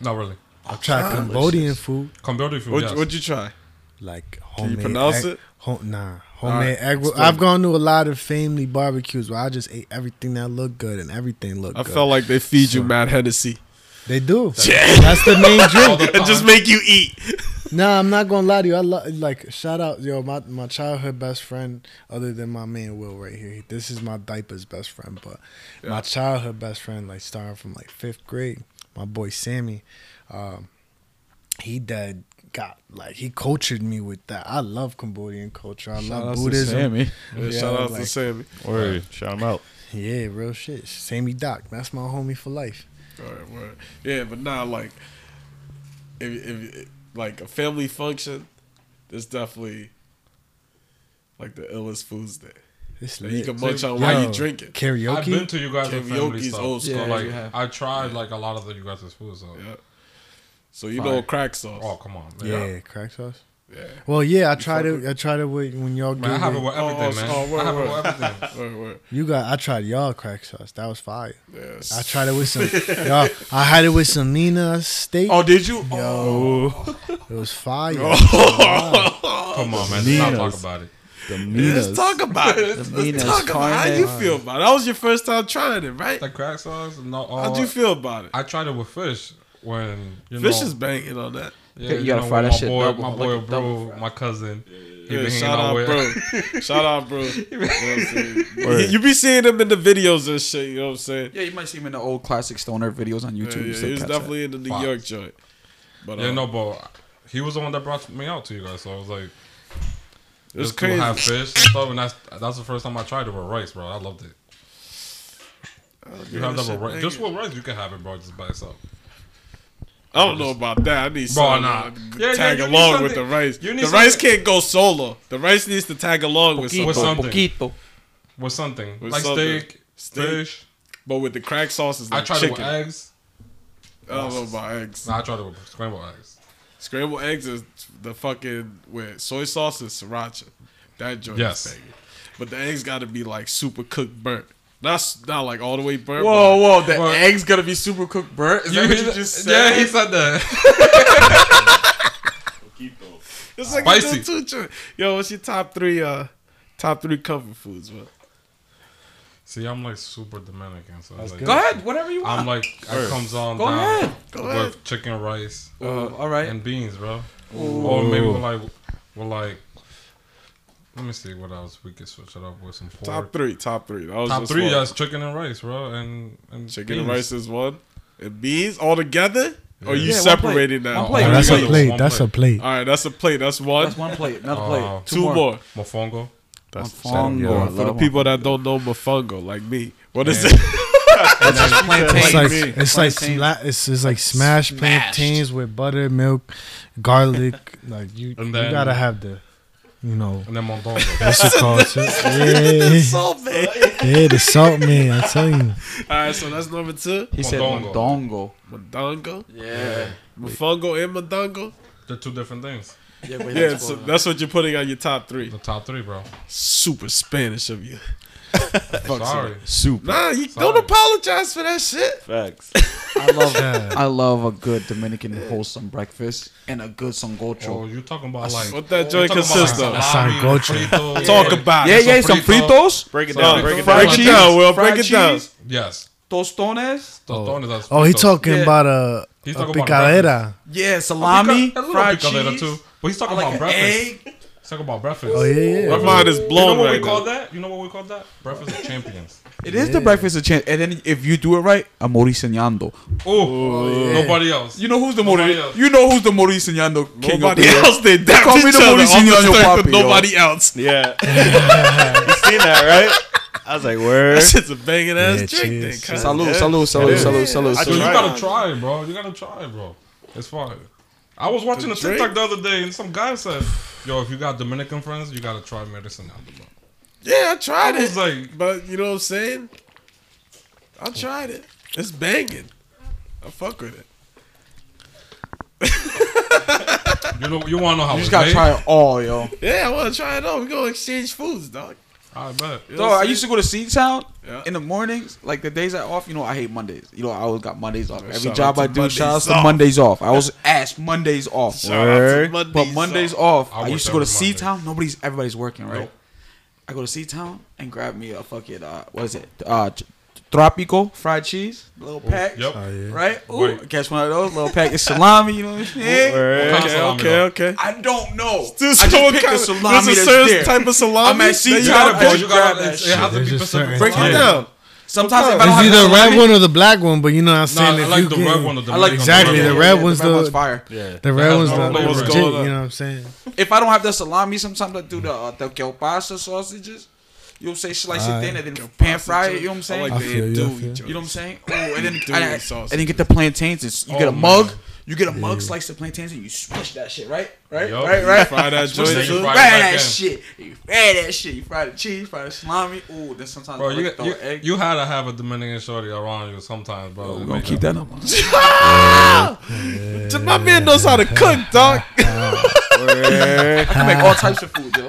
Speaker 4: Not really.
Speaker 5: I tried Cambodian food,
Speaker 4: Cambodia food.
Speaker 1: What
Speaker 4: yes.
Speaker 1: would you try?
Speaker 5: like
Speaker 1: Can
Speaker 5: homemade.
Speaker 1: you pronounce
Speaker 5: egg-
Speaker 1: it?
Speaker 5: Home, nah, homemade
Speaker 1: Alright,
Speaker 5: egg. roll.
Speaker 1: explain.
Speaker 5: I've gone to a lot of family barbecues where I just ate everything that looked good and everything looked
Speaker 1: I
Speaker 5: good.
Speaker 1: felt like they feed you Mad Hennessy
Speaker 5: they do. That's the main
Speaker 4: All
Speaker 5: drink.
Speaker 4: the
Speaker 1: and just
Speaker 4: time.
Speaker 1: make you eat.
Speaker 5: Nah, I'm not gonna lie to you. I lo- like shout out, yo, my my childhood best friend, other than my man Will right here. This is my diapers best friend, but my childhood best friend, like starting from like fifth grade, my boy Sammy, um, he dad got like he cultured me with that. I love Cambodian culture. I
Speaker 3: Shout
Speaker 5: love
Speaker 3: outs to
Speaker 5: Buddhism.
Speaker 3: Sammy.
Speaker 1: Yeah,
Speaker 5: Yeah,
Speaker 1: shout out to
Speaker 5: like-
Speaker 1: Sammy.
Speaker 2: Word. Shout him out.
Speaker 5: Yeah, real shit. Sammy Doc, that's my homie for life.
Speaker 1: Word, word. Yeah, but now like, if, if like a family function, there's definitely like the illest foods there.
Speaker 5: This
Speaker 1: That you
Speaker 5: lit.
Speaker 1: can munch
Speaker 4: So-
Speaker 1: on while
Speaker 5: Yo,
Speaker 1: you drinking.
Speaker 4: I've been
Speaker 5: karaoke.
Speaker 4: to you guys' family
Speaker 1: Karaoke's
Speaker 4: stuff.
Speaker 1: old
Speaker 4: so
Speaker 3: school. Yeah,
Speaker 4: like,
Speaker 3: you have.
Speaker 4: I tried like a lot of the, you guys' food. So,
Speaker 1: Yeah. So you know
Speaker 3: Fire.
Speaker 1: crack sauce.
Speaker 4: oh come on, man.
Speaker 5: yeah, crack sauce.
Speaker 1: Yeah.
Speaker 5: Well, yeah, I tried
Speaker 1: fuck
Speaker 5: it. I tried it with when y'all.
Speaker 4: Man, I
Speaker 5: did
Speaker 4: have
Speaker 5: it.
Speaker 4: it with
Speaker 1: Oh,
Speaker 4: everything, man.
Speaker 1: oh, word,
Speaker 4: I have it
Speaker 1: word.
Speaker 4: with everything.
Speaker 1: Word, word.
Speaker 5: You got I tried y'all crack sauce. That was fire.
Speaker 1: Yes.
Speaker 5: I tried it with some y'all, I had it with some Nina steak.
Speaker 1: Oh, did you?
Speaker 5: Yo. It was fire.
Speaker 4: Come on, man. Let's not talk
Speaker 2: Nina's.
Speaker 4: about it.
Speaker 2: The
Speaker 1: Oh. Let's
Speaker 2: meanest.
Speaker 1: talk about it. Let's
Speaker 3: Minas
Speaker 1: talk about how
Speaker 3: carne.
Speaker 1: you feel about it. That was your first time trying it, right?
Speaker 4: The crack sauce. No, uh,
Speaker 1: How'd you feel about it?
Speaker 4: I tried it with fish when you
Speaker 1: Fish
Speaker 4: know,
Speaker 1: is banging on that.
Speaker 4: Yeah,
Speaker 3: You gotta fry
Speaker 4: when
Speaker 3: that
Speaker 4: my
Speaker 3: shit
Speaker 4: boy,
Speaker 3: double,
Speaker 4: My
Speaker 3: like
Speaker 4: boy,
Speaker 3: a double
Speaker 4: bro, my cousin. He
Speaker 1: Yeah,
Speaker 4: been hanging
Speaker 1: shout
Speaker 4: out
Speaker 1: out,
Speaker 4: with.
Speaker 1: bro. shout out, bro. You know what I'm saying?
Speaker 2: Word.
Speaker 1: You be seeing him in the videos and shit. You know what I'm saying?
Speaker 3: Yeah, you might see him in the old classic stoner videos on
Speaker 1: Yeah,
Speaker 3: YouTube. You
Speaker 1: yeah,
Speaker 3: still
Speaker 1: he was
Speaker 3: catch
Speaker 1: definitely in the New
Speaker 4: Fox.
Speaker 1: York joint. But
Speaker 4: Yeah,
Speaker 1: uh,
Speaker 4: no, but he was the one that brought me out to you guys. So I was like,
Speaker 1: It's
Speaker 4: Those people
Speaker 1: crazy.
Speaker 4: Have fish and stuff, and that's that's the first time I tried it with rice, bro. I loved it. You have that with rice. Just with rice, you can have it, bro, just by itself.
Speaker 1: I don't know about that. I need
Speaker 4: Bro,
Speaker 1: something
Speaker 4: nah.
Speaker 1: to
Speaker 4: Yeah,
Speaker 1: tag
Speaker 4: yeah, you need
Speaker 1: along with the
Speaker 4: something-
Speaker 1: rice.
Speaker 4: you
Speaker 1: The
Speaker 4: need
Speaker 1: rice
Speaker 4: something-
Speaker 1: can't go solo. The rice needs to tag along with
Speaker 4: With
Speaker 1: something.
Speaker 4: something.
Speaker 6: poquito.
Speaker 4: With something
Speaker 1: With
Speaker 4: like
Speaker 1: something.
Speaker 4: steak,
Speaker 1: Steak.
Speaker 4: fish.
Speaker 1: But with the crack sauce, it's
Speaker 4: I
Speaker 1: like
Speaker 4: tried it
Speaker 1: chicken.
Speaker 4: with eggs.
Speaker 1: I don't know about eggs.
Speaker 4: Nah, I tried it with scrambled eggs.
Speaker 1: Scrambled eggs is the fucking with soy sauce and sriracha. That joint
Speaker 4: Yes.
Speaker 1: is banging. But the eggs got to be like super cooked burnt. Not s- not like all the way burnt.
Speaker 6: Whoa,
Speaker 1: but-
Speaker 6: whoa, the
Speaker 4: Well-
Speaker 6: egg's gonna be super cooked burnt? Is that what you just said?
Speaker 4: Yeah, he said that.
Speaker 1: It's like
Speaker 4: Spicy.
Speaker 1: a little too- Yo, what's your top three? Uh, top three comfort foods, bro.
Speaker 4: See, I'm like super Dominican, so it's like,
Speaker 6: Go ahead, whatever you want.
Speaker 4: I'm like I comes on
Speaker 6: Go
Speaker 4: down
Speaker 6: ahead.
Speaker 1: Go
Speaker 4: with
Speaker 1: ahead.
Speaker 4: chicken rice
Speaker 3: Uh,
Speaker 6: Ooh, all right.
Speaker 4: and beans, bro. Or maybe with like with like. Let me see what else we could switch it up with some pork.
Speaker 1: Top three, top three. That was
Speaker 4: Top
Speaker 1: just
Speaker 4: three,
Speaker 1: one.
Speaker 4: yes, chicken and rice, bro, and and
Speaker 1: Chicken
Speaker 4: beans.
Speaker 1: and rice is one, and beans all together. Or you
Speaker 3: Yeah, one plate.
Speaker 1: separating that?
Speaker 3: One
Speaker 1: All
Speaker 3: plate.
Speaker 5: Oh, that's a
Speaker 4: One
Speaker 5: plate.
Speaker 4: plate.
Speaker 5: That's a plate.
Speaker 1: right, that's a plate. That's one.
Speaker 3: That's one plate, another
Speaker 4: Uh,
Speaker 3: plate,
Speaker 1: two, more.
Speaker 4: mofongo.
Speaker 1: That's
Speaker 3: Mofongo.
Speaker 2: Yeah.
Speaker 1: For the people that don't know mofongo, like me, what is
Speaker 4: Yeah.
Speaker 1: it?
Speaker 6: Just
Speaker 5: It's
Speaker 6: plantain.
Speaker 5: like
Speaker 1: me.
Speaker 5: it's like
Speaker 3: Plantains.
Speaker 5: sla- it's, it's like smashed, plantains with butter, milk, garlic. like you,
Speaker 4: And
Speaker 5: you
Speaker 4: then-
Speaker 5: gotta have the, you know,
Speaker 4: And then mondongo.
Speaker 5: what's it called? yeah,
Speaker 1: Salt man.
Speaker 5: yeah, the salt man. I tell you,
Speaker 1: All right, so that's number two.
Speaker 3: He said
Speaker 4: Mondongo.
Speaker 3: mondongo.
Speaker 1: Madongo,
Speaker 6: Yeah.
Speaker 1: mofongo, and madongo.
Speaker 4: They're two different things.
Speaker 6: Yeah, wait,
Speaker 1: Yeah,
Speaker 6: that's
Speaker 1: so
Speaker 6: what-
Speaker 1: that's what you're putting on your top three.
Speaker 4: The top three, bro.
Speaker 1: Super Spanish of you. Fuck
Speaker 4: Sorry.
Speaker 2: Soup.
Speaker 1: Nah, you
Speaker 4: Sorry.
Speaker 1: don't apologize for that shit.
Speaker 2: Facts.
Speaker 3: I love
Speaker 5: Yeah.
Speaker 3: I love a good Dominican wholesome breakfast and a good
Speaker 4: Oh,
Speaker 3: sangocho.
Speaker 4: you talking about like
Speaker 1: What that joint
Speaker 4: talking about,
Speaker 1: consists of?
Speaker 4: like,
Speaker 5: That's
Speaker 4: salami,
Speaker 5: sancocho.
Speaker 4: fritos.
Speaker 1: Talk about
Speaker 3: yeah,
Speaker 1: it.
Speaker 3: yeah, some
Speaker 4: some
Speaker 3: fritos.
Speaker 2: Break it
Speaker 4: So-
Speaker 2: down. Break it
Speaker 1: Fried
Speaker 2: down.
Speaker 3: fried
Speaker 1: it down,
Speaker 3: cheese,
Speaker 1: Will.
Speaker 3: fried
Speaker 1: Break it down.
Speaker 3: cheese,
Speaker 4: Yes.
Speaker 3: Tostones.
Speaker 4: Tostones, that's
Speaker 5: Oh, he
Speaker 4: fritos.
Speaker 5: talking
Speaker 3: Yeah.
Speaker 5: about a,
Speaker 4: He's
Speaker 5: a
Speaker 4: talking about
Speaker 5: picadera.
Speaker 3: Yeah, salami,
Speaker 4: A little
Speaker 3: fried
Speaker 4: picadillo,
Speaker 3: cheese.
Speaker 4: too. But he's
Speaker 3: I
Speaker 4: talking
Speaker 3: like
Speaker 4: about
Speaker 3: an
Speaker 4: breakfast.
Speaker 3: egg.
Speaker 4: He's talking about breakfast.
Speaker 5: Oh yeah,
Speaker 1: My
Speaker 5: yeah.
Speaker 1: mind is
Speaker 4: You know
Speaker 1: blown
Speaker 4: what
Speaker 1: right
Speaker 4: we call
Speaker 1: now.
Speaker 4: that? You know what we call that? Breakfast of champions.
Speaker 3: It is the breakfast of chance. And then if you do it right, a moriseñando.
Speaker 4: Oh, nobody else.
Speaker 3: You know who's the
Speaker 4: Nobody
Speaker 3: mori-
Speaker 4: else.
Speaker 3: You know who's the moriseñando king
Speaker 1: Nobody
Speaker 3: of the
Speaker 1: else did that.
Speaker 3: call
Speaker 1: to
Speaker 3: me
Speaker 1: each
Speaker 3: the
Speaker 1: other
Speaker 3: Mauricio
Speaker 1: on the
Speaker 3: Young
Speaker 1: strength of
Speaker 3: Papi, yo.
Speaker 1: Nobody else.
Speaker 2: Yeah. you seen that, right? I was like, word.
Speaker 1: That shit's a banging ass
Speaker 5: Yeah,
Speaker 1: drink. Then,
Speaker 5: cheers.
Speaker 1: cuz.
Speaker 3: Salud,
Speaker 2: Yeah.
Speaker 3: salud, salud,
Speaker 2: Yeah.
Speaker 3: salud, salud,
Speaker 2: I
Speaker 4: So you
Speaker 2: tried.
Speaker 3: salud.
Speaker 4: gotta try, it, bro. You gotta try, it, bro. It's fine. I was watching a
Speaker 1: drink?
Speaker 4: TikTok the other day, and some guy said, "Yo, if you got Dominican friends, you gotta try medicine out, bro."
Speaker 1: Yeah, I tried
Speaker 4: I
Speaker 1: it.
Speaker 4: was like,
Speaker 1: But you know what I'm saying? I tried it. It's banging. I fuck with it.
Speaker 4: you know, you wanna know how
Speaker 3: You just
Speaker 4: it's
Speaker 3: gotta
Speaker 4: made?
Speaker 3: try it all, yo.
Speaker 1: Yeah, I want to try it on. We gonna exchange foods, dog.
Speaker 4: I bet.
Speaker 1: You know
Speaker 3: Dog,
Speaker 1: what
Speaker 3: I
Speaker 1: I'm saying?
Speaker 3: used to go to Sea Town
Speaker 1: Yeah.
Speaker 3: in the mornings, like the days I off. You know, I hate Mondays. You know, I always got Mondays off. Every
Speaker 1: shout
Speaker 3: job
Speaker 1: out
Speaker 3: I
Speaker 1: to
Speaker 3: do, shout out
Speaker 1: Mondays
Speaker 3: to
Speaker 1: off.
Speaker 3: Mondays off. I was ass Mondays off.
Speaker 1: Shout out to
Speaker 2: Word.
Speaker 1: Mondays
Speaker 3: But Mondays off,
Speaker 4: I
Speaker 3: I,
Speaker 4: work
Speaker 3: used to go to
Speaker 4: every
Speaker 3: Sea
Speaker 4: Monday.
Speaker 3: Town. Nobody's, everybody's working, right?
Speaker 4: Nope.
Speaker 3: I go to Sea Town and grab me a fucking uh, what is it? Uh, t- tropico fried cheese, little pack,
Speaker 4: Yep.
Speaker 5: Oh, yeah.
Speaker 3: right? Ooh,
Speaker 4: Wait.
Speaker 3: catch one of those little pack of salami. You know what I'm saying?
Speaker 2: Word.
Speaker 4: What kind of
Speaker 1: Okay,
Speaker 4: salami,
Speaker 1: okay,
Speaker 4: though?
Speaker 1: okay.
Speaker 3: I don't know.
Speaker 1: There's,
Speaker 3: I just
Speaker 1: no
Speaker 3: picked the
Speaker 1: kind-
Speaker 3: salami
Speaker 1: there's a
Speaker 3: that's
Speaker 1: certain
Speaker 3: there.
Speaker 1: type of salami.
Speaker 3: I'm at sea
Speaker 1: that you
Speaker 3: town,
Speaker 1: gotta
Speaker 3: I
Speaker 1: buy.
Speaker 4: bro,
Speaker 3: just
Speaker 4: you
Speaker 3: grab
Speaker 4: gotta.
Speaker 3: that
Speaker 4: It has to
Speaker 5: shit.
Speaker 4: be
Speaker 5: There's
Speaker 4: specific.
Speaker 5: just certain-
Speaker 1: Break it
Speaker 4: Yeah.
Speaker 1: down.
Speaker 3: Sometimes if I don't
Speaker 5: It's
Speaker 3: have
Speaker 5: either the
Speaker 3: the
Speaker 5: red
Speaker 3: salami,
Speaker 5: one or the black one, but you know what I'm
Speaker 4: Nah,
Speaker 5: saying.
Speaker 4: I
Speaker 5: if
Speaker 4: like
Speaker 5: you
Speaker 4: the
Speaker 5: get-
Speaker 4: red one. Or the
Speaker 3: I like
Speaker 4: black
Speaker 5: Exactly,
Speaker 4: one.
Speaker 5: the
Speaker 3: yeah,
Speaker 5: red
Speaker 3: yeah,
Speaker 5: one's
Speaker 3: red
Speaker 5: the-
Speaker 3: one's fire.
Speaker 2: Yeah.
Speaker 5: The red
Speaker 4: has
Speaker 5: one's
Speaker 4: no
Speaker 5: the
Speaker 4: flavor.
Speaker 5: legit. You know what I'm saying?
Speaker 3: If I don't have the salami, sometimes I do the uh, the kielbasa sausages. You'll say slice it thin and then pan fry it. You know what I'm saying?
Speaker 1: I
Speaker 5: I
Speaker 1: like the
Speaker 5: feel you, I
Speaker 1: andouille
Speaker 5: feel you.
Speaker 1: joints.
Speaker 3: you know what I'm saying? Oh, and then
Speaker 1: Dude,
Speaker 3: and, I-
Speaker 1: sausage.
Speaker 3: and then get the plantains. It's, you get a
Speaker 4: Oh,
Speaker 3: mug.
Speaker 4: man.
Speaker 3: You get a mug, slice the plantains, and you squish that shit. Right, right,
Speaker 4: Yup.
Speaker 3: right, right.
Speaker 1: Fry that
Speaker 4: Then
Speaker 1: joint
Speaker 4: you
Speaker 1: too.
Speaker 4: fry
Speaker 3: Fry
Speaker 4: it
Speaker 3: that
Speaker 4: back in.
Speaker 3: shit. You fry that shit. You fry the cheese. Fry the salami. Ooh, then sometimes
Speaker 4: Bro,
Speaker 3: I
Speaker 4: you,
Speaker 3: like to
Speaker 4: you,
Speaker 3: throw egg.
Speaker 4: you had to have a Dominican shorty around you sometimes, bro.
Speaker 3: We're
Speaker 4: to
Speaker 3: gonna
Speaker 4: make
Speaker 3: keep
Speaker 4: it-
Speaker 3: that up.
Speaker 1: My man knows how to cook, dog.
Speaker 3: I can make all types of food, yo.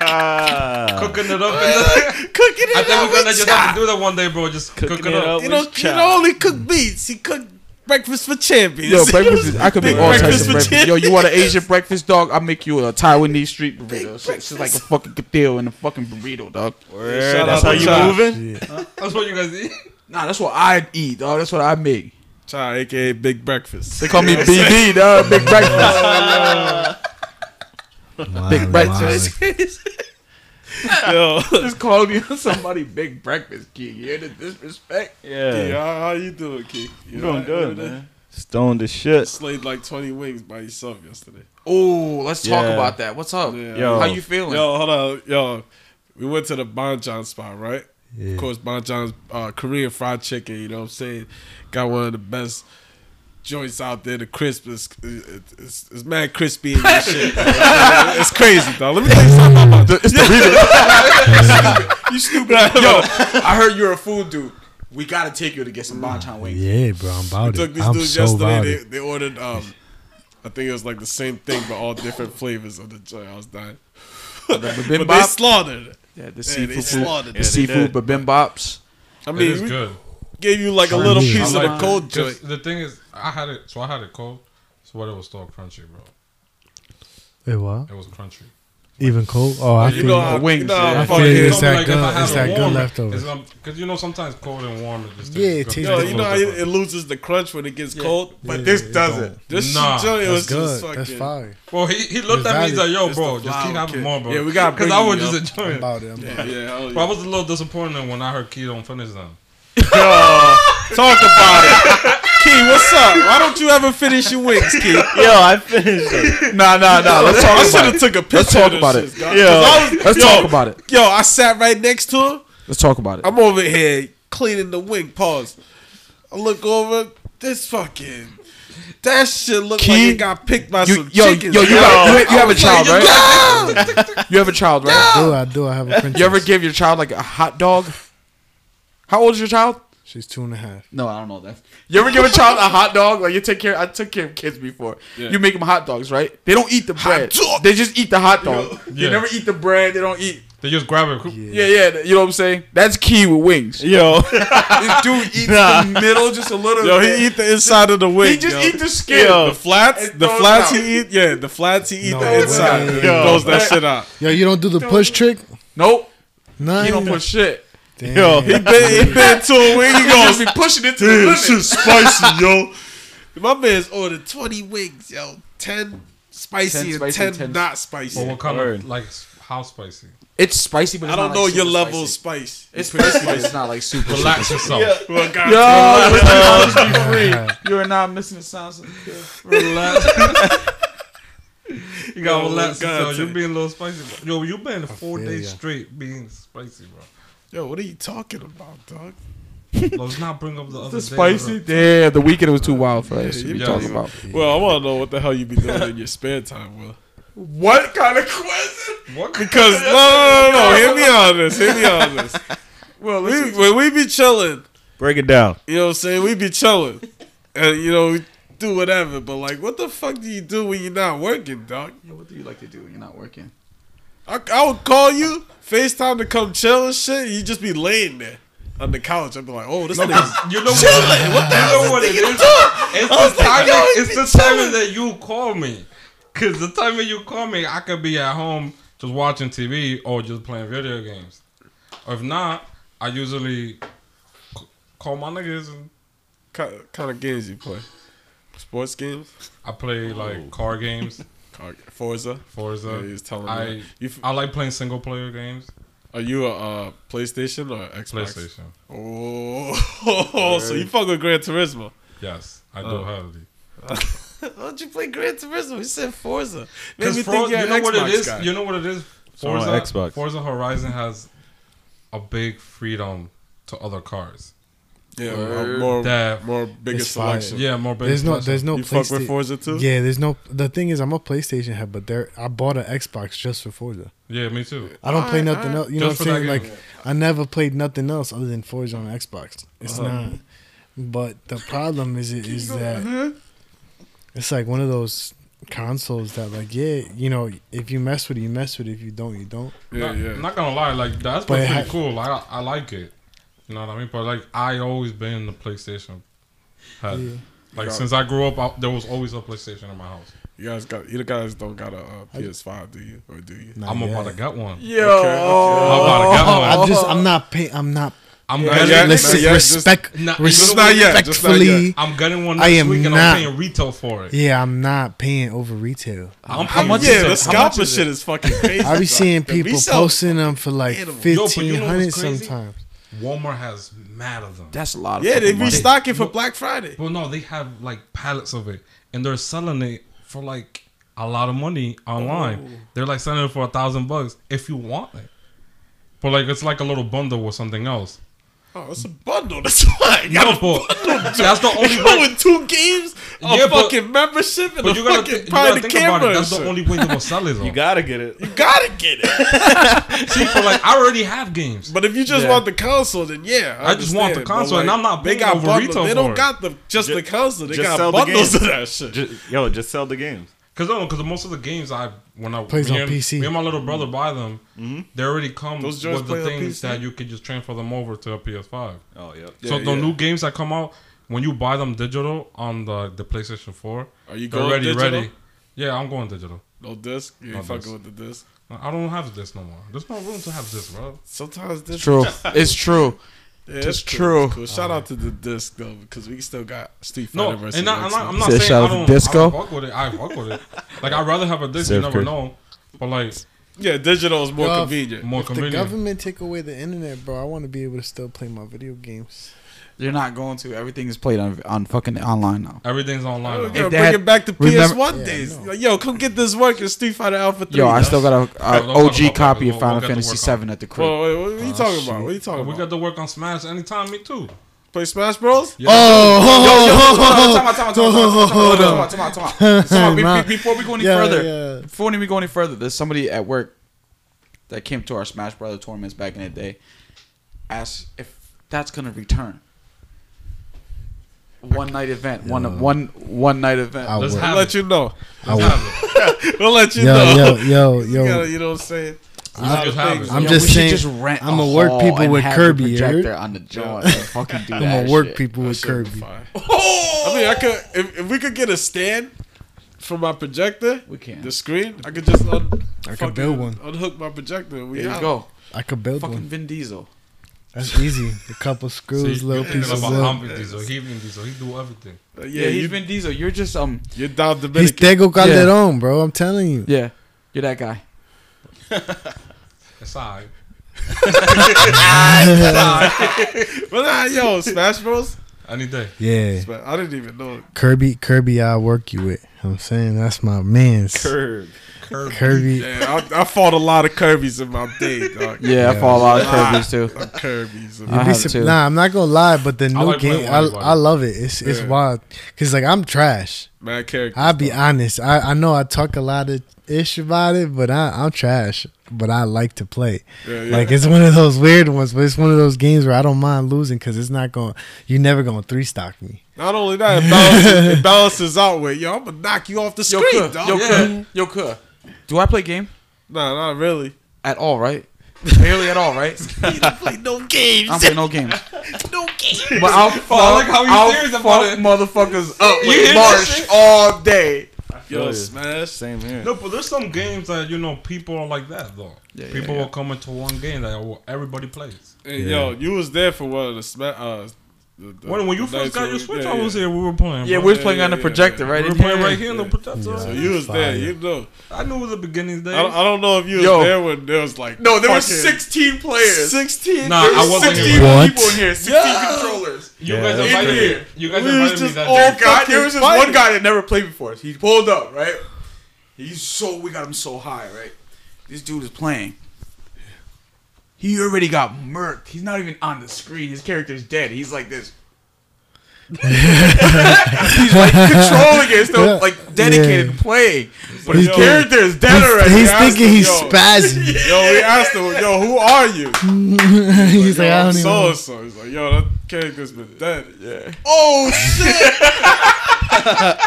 Speaker 2: Ah.
Speaker 4: Cooking it up. in the-
Speaker 1: Cooking it
Speaker 4: I think
Speaker 1: up
Speaker 4: we're gonna
Speaker 1: with
Speaker 4: just have
Speaker 1: chop.
Speaker 4: to do that one day, bro. Just
Speaker 2: Cooking
Speaker 4: cook it
Speaker 2: it
Speaker 4: up.
Speaker 2: up.
Speaker 1: You know,
Speaker 2: with
Speaker 1: you
Speaker 2: chop.
Speaker 1: don't only cook beats. He cooked breakfast for champions.
Speaker 3: Yo, breakfast. Is, I could make
Speaker 1: Big
Speaker 3: all
Speaker 1: breakfast
Speaker 3: types of
Speaker 1: for
Speaker 3: breakfast.
Speaker 1: chicken.
Speaker 3: Yo, you want an Asian breakfast, dog? I'll make you a Taiwanese street burrito. It's- It's just like a fucking cathedral and a fucking burrito, dog.
Speaker 2: Word.
Speaker 1: Shout
Speaker 2: That's
Speaker 1: out
Speaker 2: how
Speaker 1: to
Speaker 2: you
Speaker 1: Chop.
Speaker 2: moving?
Speaker 4: That's what you guys eat.
Speaker 3: Nah, that's what I eat, dog. That's what I make.
Speaker 1: Chai, aka Big Breakfast.
Speaker 3: They call me BB, dog. Big breakfast. Big breakfast.
Speaker 1: Yo,
Speaker 3: Just call me somebody big breakfast, kid. You hear the disrespect?
Speaker 2: Yeah.
Speaker 1: how, how you doing, Key?
Speaker 2: You doing good, man? Stoned to shit.
Speaker 1: Slayed like 20 wings by himself yesterday.
Speaker 6: Oh, let's talk
Speaker 2: Yeah.
Speaker 6: about that. What's up?
Speaker 1: Yeah.
Speaker 2: Yo.
Speaker 6: How you feeling?
Speaker 1: Yo, hold on. Yo, we went to the Bon John spot, right? Of course, Bon John's uh, Korean fried chicken, you know what I'm saying? Got one of the best joints out there. The crisp is, it's, it's, it's mad crispy and shit. it's crazy, dog. Let me tell you something about the, it's You stupid.
Speaker 6: Yo, I heard you're a food dude. We gotta take you to get some banchan wings.
Speaker 5: Yeah, bro, I'm about
Speaker 1: took
Speaker 5: it.
Speaker 1: these
Speaker 5: I'm
Speaker 1: dudes
Speaker 5: so
Speaker 1: yesterday.
Speaker 5: about
Speaker 1: They,
Speaker 5: it.
Speaker 1: they ordered, um, I think it was like the same thing, but all different flavors of the joint. I was dying. but they
Speaker 6: bibimbap?
Speaker 1: slaughtered it.
Speaker 6: Yeah, the
Speaker 1: Yeah,
Speaker 6: seafood,
Speaker 1: they
Speaker 6: food,
Speaker 1: slaughtered
Speaker 6: the
Speaker 1: it.
Speaker 6: seafood bibimbops.
Speaker 1: I
Speaker 4: it
Speaker 1: mean,
Speaker 4: is
Speaker 1: we
Speaker 4: good.
Speaker 1: gave you like a
Speaker 5: Chinese.
Speaker 1: little
Speaker 5: I
Speaker 1: piece of
Speaker 4: like
Speaker 1: the cold
Speaker 4: it. 'Cause
Speaker 1: joint.
Speaker 4: The thing is, I had it, so I had it cold. So what it was still crunchy, bro.
Speaker 5: Wait, what?
Speaker 4: It was crunchy.
Speaker 5: Even cold? Oh, I
Speaker 1: You
Speaker 5: feel
Speaker 1: know
Speaker 5: you.
Speaker 1: how
Speaker 6: wings,
Speaker 1: You know how
Speaker 6: yeah.
Speaker 1: I
Speaker 5: I
Speaker 1: fuck
Speaker 5: feel
Speaker 1: it.
Speaker 5: it's that
Speaker 4: Like, if I
Speaker 5: good.
Speaker 4: have
Speaker 5: It's
Speaker 4: a
Speaker 5: that good
Speaker 4: warm-
Speaker 5: leftover.
Speaker 4: it's gonna- Cause you know sometimes cold and warm it just
Speaker 5: Yeah, it
Speaker 4: tastes
Speaker 5: tastes
Speaker 1: Yo,
Speaker 4: good.
Speaker 5: different.
Speaker 1: you know how it, it loses the crunch when it gets cold, but
Speaker 5: Yeah,
Speaker 1: this
Speaker 5: it
Speaker 1: doesn't. This
Speaker 4: Nah.
Speaker 1: joint
Speaker 5: That's
Speaker 1: was just
Speaker 5: good.
Speaker 1: fucking.
Speaker 5: That's fire.
Speaker 4: Well, he, he looked
Speaker 5: It's
Speaker 4: at me. He's like,
Speaker 5: valid.
Speaker 4: "Yo,
Speaker 1: It's
Speaker 4: bro,
Speaker 1: the
Speaker 4: just keep
Speaker 1: flour
Speaker 4: having
Speaker 1: kid.
Speaker 4: more, bro."
Speaker 1: Yeah, we gotta
Speaker 4: Because
Speaker 1: bring
Speaker 4: I
Speaker 1: you up.
Speaker 4: was just enjoying.
Speaker 5: I'm
Speaker 4: it.
Speaker 5: about it. I'm about
Speaker 1: Yeah,
Speaker 5: it.
Speaker 1: hell yeah.
Speaker 4: Bro, I was a little disappointed when I heard Key don't finish them.
Speaker 1: Yo, talk about it. Key, what's up? Why don't you ever finish your wings, Key?
Speaker 2: Yo, I finished it.
Speaker 3: Nah, nah, nah. Let's
Speaker 1: I
Speaker 3: talk
Speaker 1: should
Speaker 3: about
Speaker 1: have
Speaker 3: it.
Speaker 1: took a picture.
Speaker 3: talk
Speaker 1: of
Speaker 3: about
Speaker 1: this
Speaker 3: it.
Speaker 1: shit, dog.
Speaker 2: Yo.
Speaker 1: 'Cause I was-
Speaker 3: Let's
Speaker 1: yo,
Speaker 3: talk about it.
Speaker 1: Yo, I sat right next to him.
Speaker 3: Let's talk about it.
Speaker 1: I'm over here cleaning the wing. Pause. I look over. This fucking. That shit look
Speaker 3: Key,
Speaker 1: like it got picked by
Speaker 3: You,
Speaker 1: some
Speaker 3: yo, yo,
Speaker 1: chickens.
Speaker 3: you, got, you, you have a child,
Speaker 6: Yo.
Speaker 3: right? You have a child, right?
Speaker 5: Do I do? I have a princess.
Speaker 3: You ever give your child like a hot dog? How old is your child?
Speaker 5: She's two and a half.
Speaker 3: No, I don't know that. You ever give a child a hot dog? Like you take care. I took care of kids before. You make them hot dogs, right? They don't eat the bread.
Speaker 1: dog.
Speaker 3: They just eat the hot dog.
Speaker 4: Yeah.
Speaker 3: They never eat the bread. They don't eat.
Speaker 4: They just grab it.
Speaker 3: Yeah, yeah. th- You know what I'm saying? That's key with wings.
Speaker 2: Yo,
Speaker 3: This dude eats the middle just a little.
Speaker 1: Yo,
Speaker 3: bit.
Speaker 1: he eat the inside of the wing.
Speaker 3: He just
Speaker 1: yo.
Speaker 3: eat the skin.
Speaker 2: Yo.
Speaker 1: The flats,
Speaker 3: It
Speaker 1: the
Speaker 3: throws
Speaker 1: flats
Speaker 3: it out.
Speaker 1: he eat, yeah, the flats he eat,
Speaker 5: No
Speaker 1: the
Speaker 5: way.
Speaker 1: inside he
Speaker 2: Yo.
Speaker 1: throws that shit out.
Speaker 5: Yo, you don't do the push trick?
Speaker 3: Nope.
Speaker 5: Nah,
Speaker 3: He don't put shit.
Speaker 5: Damn.
Speaker 2: yo,
Speaker 1: He been, he been to a wing. He
Speaker 3: He
Speaker 1: goes,
Speaker 3: just be pushing it to the limit.
Speaker 1: spicy, yo. My man's ordered twenty wings, yo, ten spicy
Speaker 3: 10
Speaker 1: and
Speaker 3: spicy,
Speaker 1: ten,
Speaker 3: 10
Speaker 1: not spicy.
Speaker 4: Well, what kind
Speaker 2: Word.
Speaker 4: of like how spicy?
Speaker 3: It's spicy, but
Speaker 1: I
Speaker 3: it's
Speaker 1: don't
Speaker 3: not,
Speaker 1: know
Speaker 3: like,
Speaker 1: your
Speaker 3: super
Speaker 1: level
Speaker 3: spicy.
Speaker 1: of spice.
Speaker 3: It's spicy, but it's not like super.
Speaker 4: Relax yourself.
Speaker 1: Well, God,
Speaker 3: you are not missing the sounds.
Speaker 4: You gotta relax
Speaker 1: God,
Speaker 4: yourself.
Speaker 1: too.
Speaker 4: You're being a little spicy. Bro. Yo, you been four
Speaker 5: feel
Speaker 4: days
Speaker 5: ya.
Speaker 4: straight being spicy, bro.
Speaker 1: yo, what are you talking about, dog?
Speaker 4: Let's not bring up the other
Speaker 3: The
Speaker 4: day,
Speaker 3: spicy.
Speaker 4: bro.
Speaker 3: Yeah, the weekend was too wild for us.
Speaker 1: you
Speaker 3: We
Speaker 1: know
Speaker 3: talking
Speaker 1: you-
Speaker 3: about
Speaker 1: Well, I want to know what the hell you be doing in your spare time, Will.
Speaker 3: what kind of question?
Speaker 4: What?
Speaker 1: Because no, no, no, no, hear me on this. Hear me on this.
Speaker 3: Well,
Speaker 1: We, when we be chilling,
Speaker 2: break it down.
Speaker 1: You know what I'm saying? We be chilling. And, you know, we do whatever. But, like, what the fuck do you do when you're not working, dog?
Speaker 3: what do you like to do when you're not working?
Speaker 1: I, I would call you, FaceTime to come chill and shit. You just be laying there on the couch. I'd be like, oh, this nigga's.
Speaker 4: You know what? What the hell? What it is? It's the timing. It's the timing that you call me. Cause the timing you call me, I could be at home just watching TV or just playing video games. Or if not, I usually c- call my niggas and
Speaker 1: Kind kind of games you play? Sports games?
Speaker 4: I play like car games,
Speaker 1: Car- Forza?
Speaker 4: Forza.
Speaker 1: Yeah, he was telling me
Speaker 4: I
Speaker 1: that. You f-
Speaker 4: I like playing single player games,
Speaker 1: Are you a uh, PlayStation or Xbox?
Speaker 4: PlayStation.
Speaker 1: Oh, so you fuck with Gran Turismo.
Speaker 4: Yes, I do
Speaker 1: Oh.
Speaker 4: have it.
Speaker 1: Why'd you play Gran Turismo? You said Forza. Made me
Speaker 4: Because
Speaker 1: think
Speaker 4: Forza,
Speaker 1: you're
Speaker 4: you
Speaker 1: an
Speaker 4: know what it
Speaker 1: Xbox
Speaker 4: is.
Speaker 1: guy.
Speaker 4: You know what it is.
Speaker 2: So I'm on
Speaker 4: Forza,
Speaker 2: Xbox.
Speaker 4: Forza Horizon has a big freedom to other cars.
Speaker 1: yeah, more,
Speaker 4: That-
Speaker 1: more bigger
Speaker 5: It's fire.
Speaker 1: selection.
Speaker 4: Yeah, more big.
Speaker 5: There's no,
Speaker 4: selection.
Speaker 5: there's no
Speaker 1: you fuck with
Speaker 5: PlayStation-
Speaker 1: Forza too?
Speaker 5: Yeah, there's no. The thing is, I'm a PlayStation head, but there, I bought an Xbox just for Forza.
Speaker 4: yeah, me too.
Speaker 5: I don't play
Speaker 1: Alright,
Speaker 5: nothing
Speaker 1: alright.
Speaker 5: else. You know
Speaker 4: Just
Speaker 5: what I'm
Speaker 4: for
Speaker 5: saying?
Speaker 4: that
Speaker 5: Like,
Speaker 4: game.
Speaker 5: I never played nothing else other than Forza on Xbox. It's not. But the problem is, it is that it's like one of those consoles that, like, yeah, you know, if you mess with it, you mess with it. If you don't, you don't.
Speaker 1: Yeah,
Speaker 4: not,
Speaker 1: yeah.
Speaker 4: not gonna lie, like that's
Speaker 5: But it
Speaker 4: pretty
Speaker 5: ha-
Speaker 4: cool. I I like it. You know what I mean? But like I always been the PlayStation head.
Speaker 5: Yeah.
Speaker 4: Like since I grew up, I, there was always a PlayStation in my house.
Speaker 1: You guys got you guys don't got a uh, PS5, do you? Or do you?
Speaker 5: Not
Speaker 4: I'm about to
Speaker 5: yet.
Speaker 4: get one.
Speaker 3: Yo,
Speaker 4: I'm about to get one.
Speaker 5: Oh. I just, I'm not paying. I'm not.
Speaker 4: I'm
Speaker 1: Yeah,
Speaker 4: getting
Speaker 1: yeah,
Speaker 4: this.
Speaker 5: Listen,
Speaker 1: yeah, just-
Speaker 5: respect,
Speaker 4: Nah,
Speaker 1: just not yet, just not
Speaker 5: respectfully.
Speaker 1: yet.
Speaker 4: I'm getting one
Speaker 5: I
Speaker 4: next
Speaker 5: am
Speaker 4: week, and
Speaker 5: not-
Speaker 4: I'm paying retail for it.
Speaker 5: Yeah, I'm not paying over retail.
Speaker 4: I'm paying
Speaker 3: much
Speaker 1: Yeah,
Speaker 4: retail.
Speaker 1: the
Speaker 3: it? How much
Speaker 1: scalper
Speaker 3: is it?
Speaker 1: shit is fucking crazy.
Speaker 5: I be
Speaker 1: bro.
Speaker 5: seeing
Speaker 1: Yo, we
Speaker 5: people
Speaker 1: sell-
Speaker 5: posting them for like
Speaker 1: animals.
Speaker 4: Yo, but you
Speaker 5: fifteen
Speaker 4: know
Speaker 5: hundred
Speaker 4: what's crazy?
Speaker 5: sometimes.
Speaker 4: Walmart has mad of them.
Speaker 3: That's a lot. Of
Speaker 1: Yeah, they
Speaker 3: fucking money.
Speaker 1: restock it for Black Friday.
Speaker 4: Well, no, they have like pallets of it, and they're selling it for like a lot of money online. They're like selling it for a thousand bucks if you want it, but like it's like a little bundle or something else.
Speaker 1: Oh, it's a bundle. That's why. I
Speaker 4: No,
Speaker 1: got
Speaker 4: but that's the
Speaker 1: a,
Speaker 4: only
Speaker 1: you know,
Speaker 4: way.
Speaker 1: with two games, a
Speaker 4: Yeah, but-
Speaker 1: fucking membership, and a
Speaker 4: But you gotta,
Speaker 1: fucking
Speaker 4: th- you
Speaker 1: probably
Speaker 4: gotta
Speaker 1: the
Speaker 4: think
Speaker 1: camera.
Speaker 4: about it.
Speaker 1: and
Speaker 4: That's the
Speaker 1: shit.
Speaker 4: only way they will sell it. Though.
Speaker 2: You gotta get it.
Speaker 1: You gotta get it.
Speaker 4: See, but like I already have games.
Speaker 1: But if you just
Speaker 3: Yeah.
Speaker 1: want the console, then yeah, I,
Speaker 4: I just want the
Speaker 1: understand.
Speaker 4: console,
Speaker 1: But,
Speaker 4: and I'm not
Speaker 1: They
Speaker 4: paying
Speaker 1: got
Speaker 4: over
Speaker 1: bundles.
Speaker 4: retail
Speaker 1: They don't
Speaker 4: for it.
Speaker 1: got the just
Speaker 2: Ju-
Speaker 1: the console. They
Speaker 2: just
Speaker 1: got
Speaker 2: sell the
Speaker 1: bundles
Speaker 2: game.
Speaker 1: of that shit.
Speaker 2: Just, yo, just sell the games.
Speaker 4: Cause no, cause most of the games I when I
Speaker 5: Plays
Speaker 4: me
Speaker 5: on
Speaker 4: and,
Speaker 5: PC.
Speaker 4: Me and my little brother buy them. They already come
Speaker 1: Mm-hmm. Those joints
Speaker 4: with the
Speaker 1: play on
Speaker 4: things
Speaker 1: PC?
Speaker 4: that you could just transfer them over to a PS5.
Speaker 2: Oh, yep.
Speaker 1: Yeah,
Speaker 4: so the
Speaker 1: yeah.
Speaker 4: new games that come out when you buy them digital on the the PlayStation 4,
Speaker 1: Are you
Speaker 4: they're
Speaker 1: going
Speaker 4: already
Speaker 1: digital?
Speaker 4: ready. Yeah, I'm going digital.
Speaker 1: No disc. You ain't
Speaker 4: No
Speaker 1: fucking
Speaker 4: disc.
Speaker 1: with the disc.
Speaker 4: I don't have this no more. There's no room to have this, bro.
Speaker 1: Sometimes this
Speaker 3: It's true. It's true.
Speaker 1: Yeah, it's
Speaker 3: It's
Speaker 1: cool. It's
Speaker 3: true.
Speaker 1: cool. Shout out to the disc though, because we still got Street
Speaker 4: No,
Speaker 1: Fighter versus
Speaker 4: and I, I'm not, I'm
Speaker 1: X-Men.
Speaker 4: not
Speaker 3: Said
Speaker 4: saying
Speaker 3: shout
Speaker 4: I
Speaker 3: out to
Speaker 4: don't,
Speaker 3: Disco.
Speaker 4: I fuck with it. I fuck with it. Like I'd rather have a disc. You
Speaker 2: Surf
Speaker 4: never
Speaker 2: Kid.
Speaker 4: know. But like
Speaker 1: Yeah, digital is more
Speaker 5: Well,
Speaker 1: convenient.
Speaker 4: more
Speaker 5: if
Speaker 4: convenient.
Speaker 5: the government take away the internet, bro, I want to be able to still play my video games.
Speaker 3: You're not going to. Everything is played on on fucking online now.
Speaker 4: Everything's online.
Speaker 1: We're
Speaker 4: now.
Speaker 1: gonna
Speaker 3: they
Speaker 1: bring
Speaker 3: had-
Speaker 1: it back to
Speaker 3: remember-
Speaker 1: PS1
Speaker 5: Yeah,
Speaker 1: days.
Speaker 5: no.
Speaker 1: Like, yo, come get this work in Street Fighter Alpha 3.
Speaker 3: Yo, I
Speaker 1: dog.
Speaker 3: still got a,
Speaker 4: Don't
Speaker 3: a
Speaker 4: talk about
Speaker 3: OG
Speaker 4: that.
Speaker 3: copy of
Speaker 4: We'll-
Speaker 3: Final
Speaker 4: we'll get to
Speaker 3: Fantasy
Speaker 4: work on
Speaker 3: Seven at the crib.
Speaker 1: Whoa, wait, what are
Speaker 3: oh,
Speaker 1: you talking about? What are you talking
Speaker 4: we
Speaker 1: about?
Speaker 4: got to work on Smash anytime. Me too.
Speaker 1: Play Smash Bros?
Speaker 4: Yeah.
Speaker 3: Oh.
Speaker 5: Oh,
Speaker 3: Before we go any
Speaker 5: Yeah,
Speaker 3: further,
Speaker 5: yeah.
Speaker 3: before we go any further, there's somebody at work that came to our Smash Brother tournaments back in the day. Asked if that's gonna return. One night event, one one one night event.
Speaker 5: I
Speaker 4: Let's
Speaker 5: would.
Speaker 1: We'll
Speaker 4: have
Speaker 1: let
Speaker 4: it.
Speaker 1: you know.
Speaker 5: I
Speaker 4: Let's
Speaker 5: would.
Speaker 4: have it.
Speaker 1: We'll let you know.
Speaker 5: Yo, yo, yo,
Speaker 1: You, gotta,
Speaker 5: yo.
Speaker 1: you know what I'm saying?
Speaker 4: Let's just have it.
Speaker 5: I'm
Speaker 3: Yo,
Speaker 5: just
Speaker 3: we should
Speaker 5: saying,
Speaker 3: rent
Speaker 5: I'ma work
Speaker 3: hall
Speaker 5: people
Speaker 3: and
Speaker 5: with
Speaker 3: have the
Speaker 5: Kirby, you heard?
Speaker 3: projector on the joint. and Fucking do
Speaker 5: I'm
Speaker 3: that
Speaker 5: gonna work
Speaker 3: shit.
Speaker 5: people with
Speaker 1: Shit,
Speaker 5: Kirby.
Speaker 1: fine. I mean, I could if, if we could get a stand for my projector,
Speaker 3: We can.
Speaker 1: the screen. I could just un-
Speaker 5: I
Speaker 1: fucking
Speaker 5: could build one.
Speaker 1: Unhook my projector. and We
Speaker 3: There you
Speaker 1: out.
Speaker 3: go.
Speaker 5: I could build
Speaker 3: Fucking
Speaker 5: one.
Speaker 3: Vin Diesel.
Speaker 5: That's easy. A couple screws,
Speaker 4: See,
Speaker 5: little
Speaker 4: you're thinking
Speaker 5: piece of
Speaker 4: about
Speaker 5: wood.
Speaker 4: Humpty Diesel. He even Diesel. He do everything.
Speaker 1: Uh, yeah,
Speaker 3: Yeah, he's
Speaker 1: you,
Speaker 3: Vin Diesel. You're just um.
Speaker 1: you're down
Speaker 5: He's
Speaker 1: Dominican.
Speaker 5: Tego Calderon, bro. I'm telling you.
Speaker 3: Yeah, you're that guy.
Speaker 4: It's alright.
Speaker 1: But nah, yo, Smash Bros.
Speaker 4: Any day.
Speaker 5: Yeah.
Speaker 1: Sma- I didn't even know.
Speaker 5: Kirby, Kirby, I work you with. I'm saying that's my man's.
Speaker 2: Curb.
Speaker 5: Kirby.
Speaker 1: Yeah, I, I fought a lot of Kirby's in my day, dog.
Speaker 3: Yeah, I
Speaker 5: Yeah. Uh,
Speaker 3: follow a lot of
Speaker 1: Ah.
Speaker 3: Kirby's too.
Speaker 1: I'm Kirby's. in
Speaker 3: I
Speaker 1: my-
Speaker 5: Be
Speaker 3: have
Speaker 5: sup-
Speaker 3: too.
Speaker 5: Nah, I'm not gonna lie, but the new
Speaker 4: like playing
Speaker 5: game, I,
Speaker 4: Wonder Woman.
Speaker 5: I love it. It's it's
Speaker 1: Yeah.
Speaker 5: wild because like I'm trash.
Speaker 1: Mad character.
Speaker 5: I'll be honest. I, I know I talk a lot of ish about it, but I I'm trash. But I like to play.
Speaker 1: Yeah, yeah.
Speaker 5: Like it's one of those weird ones, but it's one of those games where I don't mind losing because it's not going. You're never going to three stock me.
Speaker 1: Not only that, it balances, it balances out with yo. I'm gonna knock you off the
Speaker 3: Yo,
Speaker 1: screen,
Speaker 3: Kuh,
Speaker 1: dog.
Speaker 3: yo,
Speaker 1: Yeah.
Speaker 3: Kuh, yo, Kuh. Do I play game
Speaker 1: Nah, not really.
Speaker 3: at all? Right? Barely at all, right?
Speaker 1: You don't play no games.
Speaker 3: I don't play no games.
Speaker 1: no games.
Speaker 3: But I'll fuck,
Speaker 4: I like how you
Speaker 3: I'll
Speaker 4: serious about
Speaker 3: fuck
Speaker 4: it.
Speaker 3: motherfuckers up
Speaker 4: You hear
Speaker 3: with
Speaker 4: that
Speaker 3: Marsh
Speaker 4: shit?
Speaker 3: all day.
Speaker 1: Yo,
Speaker 2: Yeah.
Speaker 1: Smash.
Speaker 2: Same here.
Speaker 4: No, but there's some games that you know people are like that though.
Speaker 3: Yeah, yeah,
Speaker 4: people
Speaker 3: yeah.
Speaker 4: will come into one game that will- everybody plays.
Speaker 1: And yo, you was there for one of the Smash. Uh, the, the,
Speaker 4: When when you
Speaker 1: the
Speaker 4: first
Speaker 1: nights
Speaker 4: got
Speaker 1: where
Speaker 4: your
Speaker 1: we-
Speaker 4: Switch,
Speaker 1: yeah,
Speaker 4: I was
Speaker 1: yeah.
Speaker 4: here. We were playing.
Speaker 3: Yeah,
Speaker 4: bro.
Speaker 3: we're playing on the
Speaker 1: yeah,
Speaker 3: projector right
Speaker 4: we
Speaker 3: in
Speaker 4: were playing
Speaker 3: here.
Speaker 4: right here in the protector.
Speaker 1: So
Speaker 5: Yeah.
Speaker 1: you was there.
Speaker 5: Fire.
Speaker 1: You know.
Speaker 4: I knew it was the beginning days.
Speaker 1: I don't, I don't know if you was
Speaker 3: Yo.
Speaker 1: there when there was like
Speaker 6: No, there were
Speaker 1: fucking
Speaker 6: 16 players.
Speaker 1: Sixteen.
Speaker 4: Nah, I wasn't here.
Speaker 6: 16
Speaker 4: bro.
Speaker 5: What?
Speaker 6: people in here, 16
Speaker 1: Yeah.
Speaker 6: controllers.
Speaker 4: You
Speaker 2: Yeah,
Speaker 4: guys
Speaker 2: that's
Speaker 4: invited
Speaker 6: weird.
Speaker 4: me. You guys
Speaker 1: We was
Speaker 4: invited me
Speaker 1: just
Speaker 4: that
Speaker 1: all
Speaker 4: day.
Speaker 6: Oh God, there was this
Speaker 1: Fucking
Speaker 6: one guy that never played before. He pulled up, right? He's so we got him so high, right?
Speaker 3: This dude is playing. He already got murked. He's not even on the screen. His character's dead. He's like this.
Speaker 6: He's like controlling it, still
Speaker 5: Yeah.
Speaker 6: like dedicated to playing. But his
Speaker 5: He's
Speaker 6: character is dead
Speaker 5: He's,
Speaker 6: already.
Speaker 5: he's
Speaker 6: guys.
Speaker 5: thinking he's
Speaker 1: yo.
Speaker 5: spazzing.
Speaker 1: Yo, we asked him, yo, who are you?
Speaker 5: he's like, I
Speaker 1: yo,
Speaker 5: don't even.
Speaker 1: so and so. He's like, yo, that character's been dead. Yeah.
Speaker 6: oh shit!